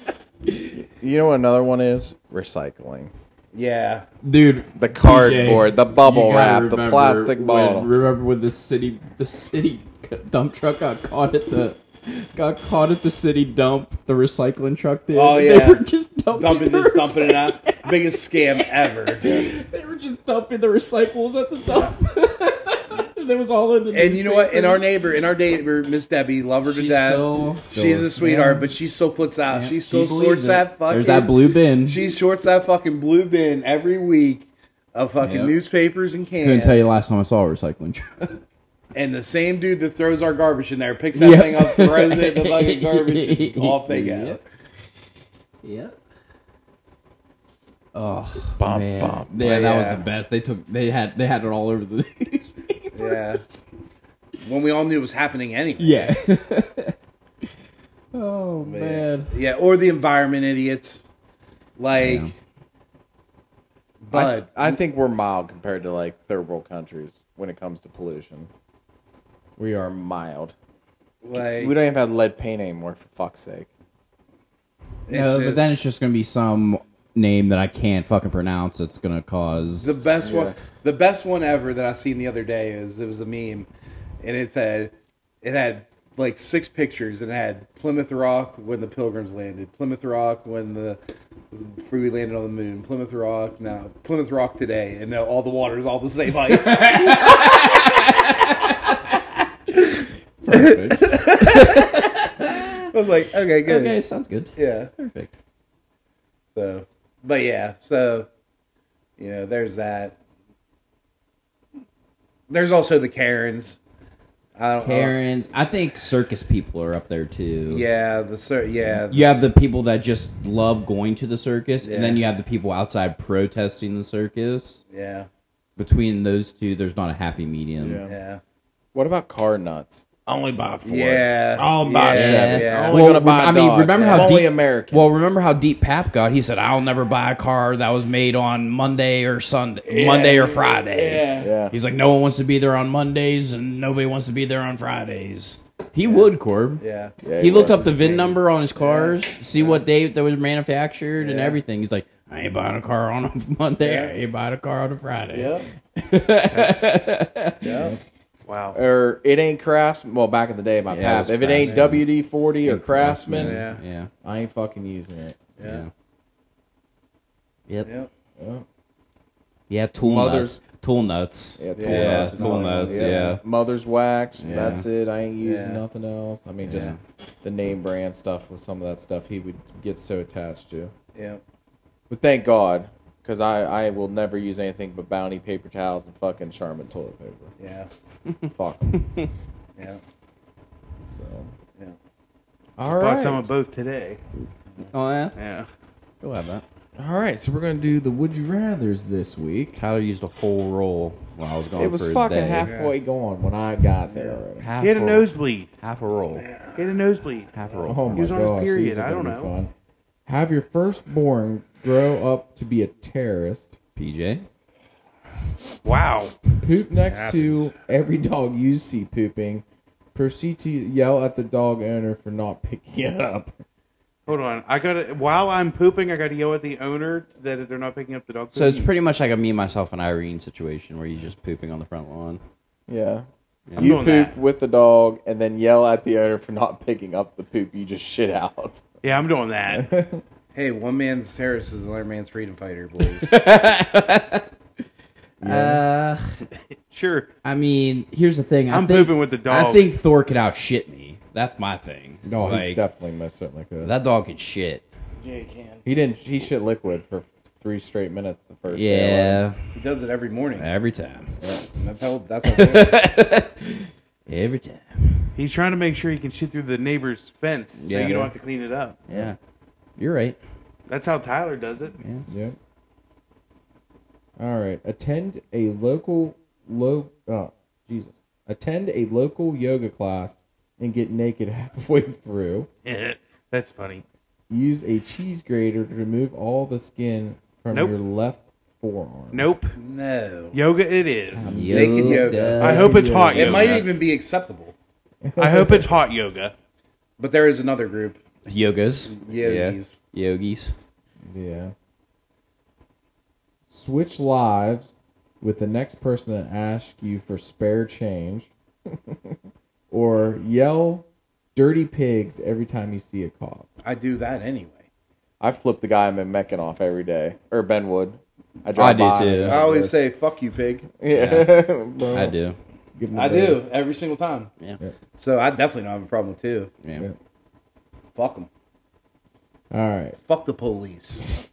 [SPEAKER 1] You know what another one is? Recycling.
[SPEAKER 6] yeah.
[SPEAKER 2] dude.
[SPEAKER 1] The cardboard, the bubble
[SPEAKER 2] you gotta
[SPEAKER 1] wrap, the
[SPEAKER 2] remember
[SPEAKER 1] plastic bottle.
[SPEAKER 2] When, remember when the city the city dump truck got caught at the got caught at the city dump? The recycling truck did.
[SPEAKER 6] Oh,
[SPEAKER 2] and
[SPEAKER 6] yeah.
[SPEAKER 2] they were just dumping,
[SPEAKER 6] Dumping,
[SPEAKER 2] the
[SPEAKER 6] just dumping it
[SPEAKER 2] recyc- *laughs*
[SPEAKER 6] out. Biggest scam ever.
[SPEAKER 2] They were just dumping the recyclables at the dump. *laughs* and it was all in the.
[SPEAKER 6] And you know what? In our
[SPEAKER 2] name,
[SPEAKER 6] neighbor, in our neighbor, Miss Debbie, love her to death. She's a sweetheart, but she still puts out. she still sorts that fucking.
[SPEAKER 2] There's that blue bin.
[SPEAKER 6] She sorts that fucking blue bin every week of fucking
[SPEAKER 2] Yep.
[SPEAKER 6] newspapers and cans.
[SPEAKER 2] Couldn't tell you last time I saw a recycling truck.
[SPEAKER 6] And the same dude that throws our garbage in there picks that
[SPEAKER 2] Yep.
[SPEAKER 6] thing up, throws it in
[SPEAKER 2] *laughs*
[SPEAKER 6] the fucking garbage, and off they go.
[SPEAKER 2] Yep. Yep. Oh,
[SPEAKER 1] Bum,
[SPEAKER 2] man.
[SPEAKER 1] bum.
[SPEAKER 2] yeah, that
[SPEAKER 6] Yeah.
[SPEAKER 2] was the best. They took, they had, they had it all over the. *laughs*
[SPEAKER 6] Yeah. When we all knew it was happening anyway.
[SPEAKER 7] *laughs*
[SPEAKER 2] yeah. oh
[SPEAKER 6] But-
[SPEAKER 2] man.
[SPEAKER 6] Yeah, or the environment idiots. Like,
[SPEAKER 2] Yeah.
[SPEAKER 1] I,
[SPEAKER 6] but
[SPEAKER 1] I think we're mild compared to like third world countries when it comes to pollution. We are mild.
[SPEAKER 6] like,
[SPEAKER 1] We don't even have lead paint anymore, for fuck's sake.
[SPEAKER 6] it's
[SPEAKER 2] no, but then
[SPEAKER 6] just-
[SPEAKER 2] it's just gonna be some name that I can't fucking pronounce. That's gonna cause.
[SPEAKER 6] The best one, the best one ever that I seen the other day is it was a meme, and it said it had like six pictures and it had Plymouth Rock when the Pilgrims landed, Plymouth Rock when the before we landed on the moon, Plymouth Rock now, Plymouth Rock today, and now all the water is all the same height.
[SPEAKER 7] *laughs*
[SPEAKER 2] Perfect.
[SPEAKER 6] I was like, okay, good,
[SPEAKER 2] okay, sounds good.
[SPEAKER 6] yeah.
[SPEAKER 2] Perfect.
[SPEAKER 6] Uh-huh. So, but yeah, so you know, there's that. There's also the Karens. I don't,
[SPEAKER 7] Karens. I think circus people are up there too.
[SPEAKER 6] Yeah, the sir. Yeah, the
[SPEAKER 7] You have the people that just love going to the circus,
[SPEAKER 6] Yeah.
[SPEAKER 7] and then you have the people outside protesting the circus.
[SPEAKER 6] Yeah,
[SPEAKER 7] Between those two, there's not a happy medium.
[SPEAKER 6] yeah,
[SPEAKER 1] What about car nuts?
[SPEAKER 12] Only by four.
[SPEAKER 6] yeah.
[SPEAKER 12] Oh, my
[SPEAKER 6] yeah,
[SPEAKER 12] shit.
[SPEAKER 6] yeah.
[SPEAKER 1] Only gonna buy
[SPEAKER 7] I mean,
[SPEAKER 1] dogs.
[SPEAKER 7] remember how
[SPEAKER 1] Only
[SPEAKER 7] deep,
[SPEAKER 1] American.
[SPEAKER 7] Well, remember how deep Pap got? He said, "I'll never buy a car that was made on Monday or Sunday, Monday or Friday."
[SPEAKER 6] Yeah.
[SPEAKER 1] Yeah.
[SPEAKER 7] He's like, "No one wants to be there on Mondays, and nobody wants to be there on Fridays." He would, Corb.
[SPEAKER 6] yeah,
[SPEAKER 1] Yeah,
[SPEAKER 7] he
[SPEAKER 1] it
[SPEAKER 7] looked
[SPEAKER 1] was
[SPEAKER 7] up the VIN
[SPEAKER 1] insane.
[SPEAKER 7] number on his cars, see what date that was manufactured and
[SPEAKER 6] Yeah.
[SPEAKER 7] everything. He's like, I ain't buying a car on a *laughs* Monday. I ain't buying a car on a Friday. *laughs*
[SPEAKER 6] Yep. Yep.
[SPEAKER 4] Wow.
[SPEAKER 1] Or it ain't Craftsman. Well, back in the day, my
[SPEAKER 2] Yeah, it
[SPEAKER 1] pap.
[SPEAKER 2] was
[SPEAKER 1] If it ain't WD forty or Craftsman,
[SPEAKER 6] Yeah.
[SPEAKER 2] Yeah.
[SPEAKER 1] I ain't fucking using it.
[SPEAKER 6] Yeah.
[SPEAKER 7] Yep.
[SPEAKER 6] Yep.
[SPEAKER 7] Yeah. Tool
[SPEAKER 1] Mothers,
[SPEAKER 7] nuts. Tool nuts.
[SPEAKER 1] Yeah, tool
[SPEAKER 2] Yeah,
[SPEAKER 1] nuts.
[SPEAKER 2] tool
[SPEAKER 1] another
[SPEAKER 2] nuts,
[SPEAKER 1] one.
[SPEAKER 2] yeah.
[SPEAKER 1] Mother's wax.
[SPEAKER 2] Yeah.
[SPEAKER 1] That's it. I ain't using
[SPEAKER 6] Yeah.
[SPEAKER 1] nothing else. I mean, just
[SPEAKER 2] Yeah.
[SPEAKER 1] the name brand stuff with some of that stuff he would get so attached to.
[SPEAKER 6] Yeah.
[SPEAKER 1] But thank God, because I, I will never use anything but Bounty paper towels and fucking Charmin toilet
[SPEAKER 2] *laughs*
[SPEAKER 1] paper.
[SPEAKER 6] Yeah.
[SPEAKER 1] Fuck 'em.
[SPEAKER 6] Yeah.
[SPEAKER 1] So.
[SPEAKER 6] Yeah.
[SPEAKER 1] All
[SPEAKER 4] Bought
[SPEAKER 1] right.
[SPEAKER 4] some of both today.
[SPEAKER 7] Oh yeah,
[SPEAKER 4] Yeah.
[SPEAKER 7] go have that.
[SPEAKER 1] All right. So we're gonna do the Would You Rather's this week.
[SPEAKER 7] Tyler used a whole roll while I was gone
[SPEAKER 1] It was
[SPEAKER 7] for a
[SPEAKER 1] fucking
[SPEAKER 7] day.
[SPEAKER 1] halfway gone when I got there. Already.
[SPEAKER 7] half
[SPEAKER 4] He had a nosebleed.
[SPEAKER 7] half a roll,
[SPEAKER 4] He had a nosebleed.
[SPEAKER 7] half a roll.
[SPEAKER 1] Oh my
[SPEAKER 4] He was on his
[SPEAKER 1] gosh, these
[SPEAKER 4] period,
[SPEAKER 1] are
[SPEAKER 4] I
[SPEAKER 1] gonna
[SPEAKER 4] don't
[SPEAKER 1] be
[SPEAKER 4] know.
[SPEAKER 1] Fun. Have your firstborn grow up to be a terrorist.
[SPEAKER 7] PJ,
[SPEAKER 4] Wow.
[SPEAKER 1] Poop next to every dog you see pooping. Proceed to yell at the dog owner for not picking it up.
[SPEAKER 4] Hold on. I got to while I'm pooping, I got to yell at the owner that they're not picking up the dog.
[SPEAKER 7] so it's
[SPEAKER 4] food.
[SPEAKER 7] pretty much like a me, myself, and Irene situation where he's just pooping on the front lawn.
[SPEAKER 1] Yeah.
[SPEAKER 4] I'm
[SPEAKER 1] You
[SPEAKER 4] doing
[SPEAKER 1] poop
[SPEAKER 4] that.
[SPEAKER 1] with the dog and then yell at the owner for not picking up the poop you just shit out.
[SPEAKER 4] Yeah, I'm doing that.
[SPEAKER 6] Hey, one man's terrorist is another man's freedom
[SPEAKER 7] *laughs*
[SPEAKER 6] fighter, boys.
[SPEAKER 7] Uh,
[SPEAKER 4] sure.
[SPEAKER 7] I mean, here's the thing. I
[SPEAKER 4] I'm
[SPEAKER 7] think,
[SPEAKER 4] pooping with the dog.
[SPEAKER 7] I think Thor could out shit me. That's my thing.
[SPEAKER 1] No, he
[SPEAKER 7] like
[SPEAKER 1] definitely missed it like that.
[SPEAKER 7] that dog can shit.
[SPEAKER 6] yeah, you can.
[SPEAKER 1] He didn't. He shit liquid for three straight minutes the first. day alone.
[SPEAKER 7] Yeah,
[SPEAKER 6] He does it every morning.
[SPEAKER 7] every time,
[SPEAKER 6] That's how. That's
[SPEAKER 7] *laughs*
[SPEAKER 6] how.
[SPEAKER 7] every time.
[SPEAKER 4] He's trying to make sure he can shit through the neighbor's fence so
[SPEAKER 7] Yeah.
[SPEAKER 4] you don't have to clean it up.
[SPEAKER 7] Yeah, you're right.
[SPEAKER 4] That's how Tyler does it.
[SPEAKER 1] Yep. All right. Attend a local lo oh Jesus. Attend a local yoga class and get naked *laughs* halfway through.
[SPEAKER 4] *laughs* That's funny.
[SPEAKER 1] Use a cheese grater to remove all the skin from
[SPEAKER 4] Nope.
[SPEAKER 1] your left forearm.
[SPEAKER 4] Nope.
[SPEAKER 6] no.
[SPEAKER 4] Yoga it is.
[SPEAKER 6] Naked yoga.
[SPEAKER 4] I hope it's hot
[SPEAKER 6] It
[SPEAKER 4] yoga.
[SPEAKER 6] might even be acceptable,
[SPEAKER 4] I hope it's hot yoga.
[SPEAKER 6] but there is another group.
[SPEAKER 7] Yogas.
[SPEAKER 6] Yogis.
[SPEAKER 7] Yeah. Yogis.
[SPEAKER 1] Yeah. Switch lives with the next person that asks you for spare change, *laughs* or yell "dirty pigs" every time you see a cop.
[SPEAKER 6] I do that anyway.
[SPEAKER 1] I flip the guy I'm in Meccan off every day, or Benwood. I,
[SPEAKER 7] I do too.
[SPEAKER 6] I always say "fuck you, pig." *laughs*
[SPEAKER 1] Yeah,
[SPEAKER 7] I do.
[SPEAKER 1] *laughs* Give him the
[SPEAKER 6] I
[SPEAKER 1] bird.
[SPEAKER 6] do every single time.
[SPEAKER 7] Yeah.
[SPEAKER 1] Yeah.
[SPEAKER 6] So I definitely don't have a problem with two.
[SPEAKER 7] Yeah.
[SPEAKER 1] Yeah.
[SPEAKER 6] Fuck them.
[SPEAKER 1] All right.
[SPEAKER 6] Fuck the police.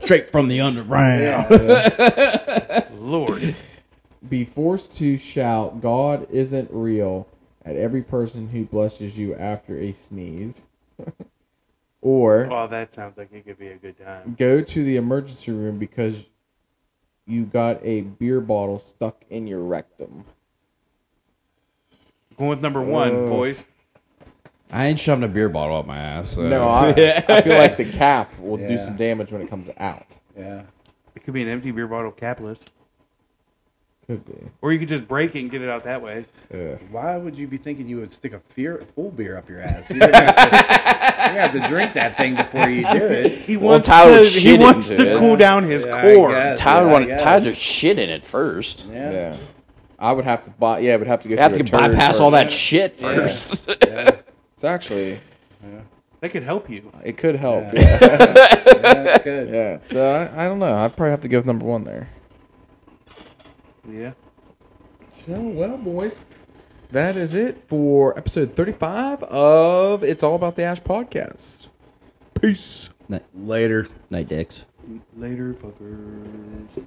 [SPEAKER 7] Straight from the underground. *laughs*
[SPEAKER 4] Lord.
[SPEAKER 1] Be forced to shout "God isn't real" at every person who blesses you after a sneeze, *laughs* or
[SPEAKER 4] Oh, that sounds like it could be a good time.
[SPEAKER 1] go to the emergency room because you got a beer bottle stuck in your rectum.
[SPEAKER 4] Going with number one, boys.
[SPEAKER 7] I ain't shoving a beer bottle up my ass. so-
[SPEAKER 1] No, I,
[SPEAKER 7] *laughs*
[SPEAKER 1] I feel like the cap will
[SPEAKER 6] *laughs* Yeah.
[SPEAKER 1] do some damage when it comes out.
[SPEAKER 6] Yeah.
[SPEAKER 4] It could be an empty beer bottle capitalist.
[SPEAKER 1] Could be.
[SPEAKER 4] Or you could just break it and get it out that way.
[SPEAKER 6] Why would you be thinking you would stick a fear, full beer up your ass? You're gonna have to, you have to drink that thing before you do it.
[SPEAKER 4] *laughs* He wants
[SPEAKER 13] Tyler
[SPEAKER 4] to,
[SPEAKER 13] shit
[SPEAKER 4] he
[SPEAKER 13] into
[SPEAKER 4] wants to
[SPEAKER 13] it.
[SPEAKER 4] cool down his
[SPEAKER 6] Yeah, I
[SPEAKER 4] core.
[SPEAKER 6] guess,
[SPEAKER 13] Tyler
[SPEAKER 6] yeah, I
[SPEAKER 13] wanted
[SPEAKER 6] guess.
[SPEAKER 13] Tyler to shit in it first. You
[SPEAKER 6] Yeah.
[SPEAKER 1] Yeah. I would have to buy. Yeah, I would have to go.
[SPEAKER 13] have
[SPEAKER 1] through
[SPEAKER 13] to
[SPEAKER 1] a turd
[SPEAKER 13] bypass all
[SPEAKER 1] first.
[SPEAKER 13] that shit *laughs* first.
[SPEAKER 1] It's actually
[SPEAKER 4] That could help you.
[SPEAKER 1] it could help. Yeah. *laughs*
[SPEAKER 6] Yeah. Yeah, good.
[SPEAKER 1] So I, I don't know. I'd probably have to go with number one there.
[SPEAKER 4] Yeah.
[SPEAKER 1] So well, boys, that is it for episode thirty-five of It's All About the Ash podcast. Peace.
[SPEAKER 6] Later.
[SPEAKER 7] Night dicks.
[SPEAKER 4] Later, fuckers.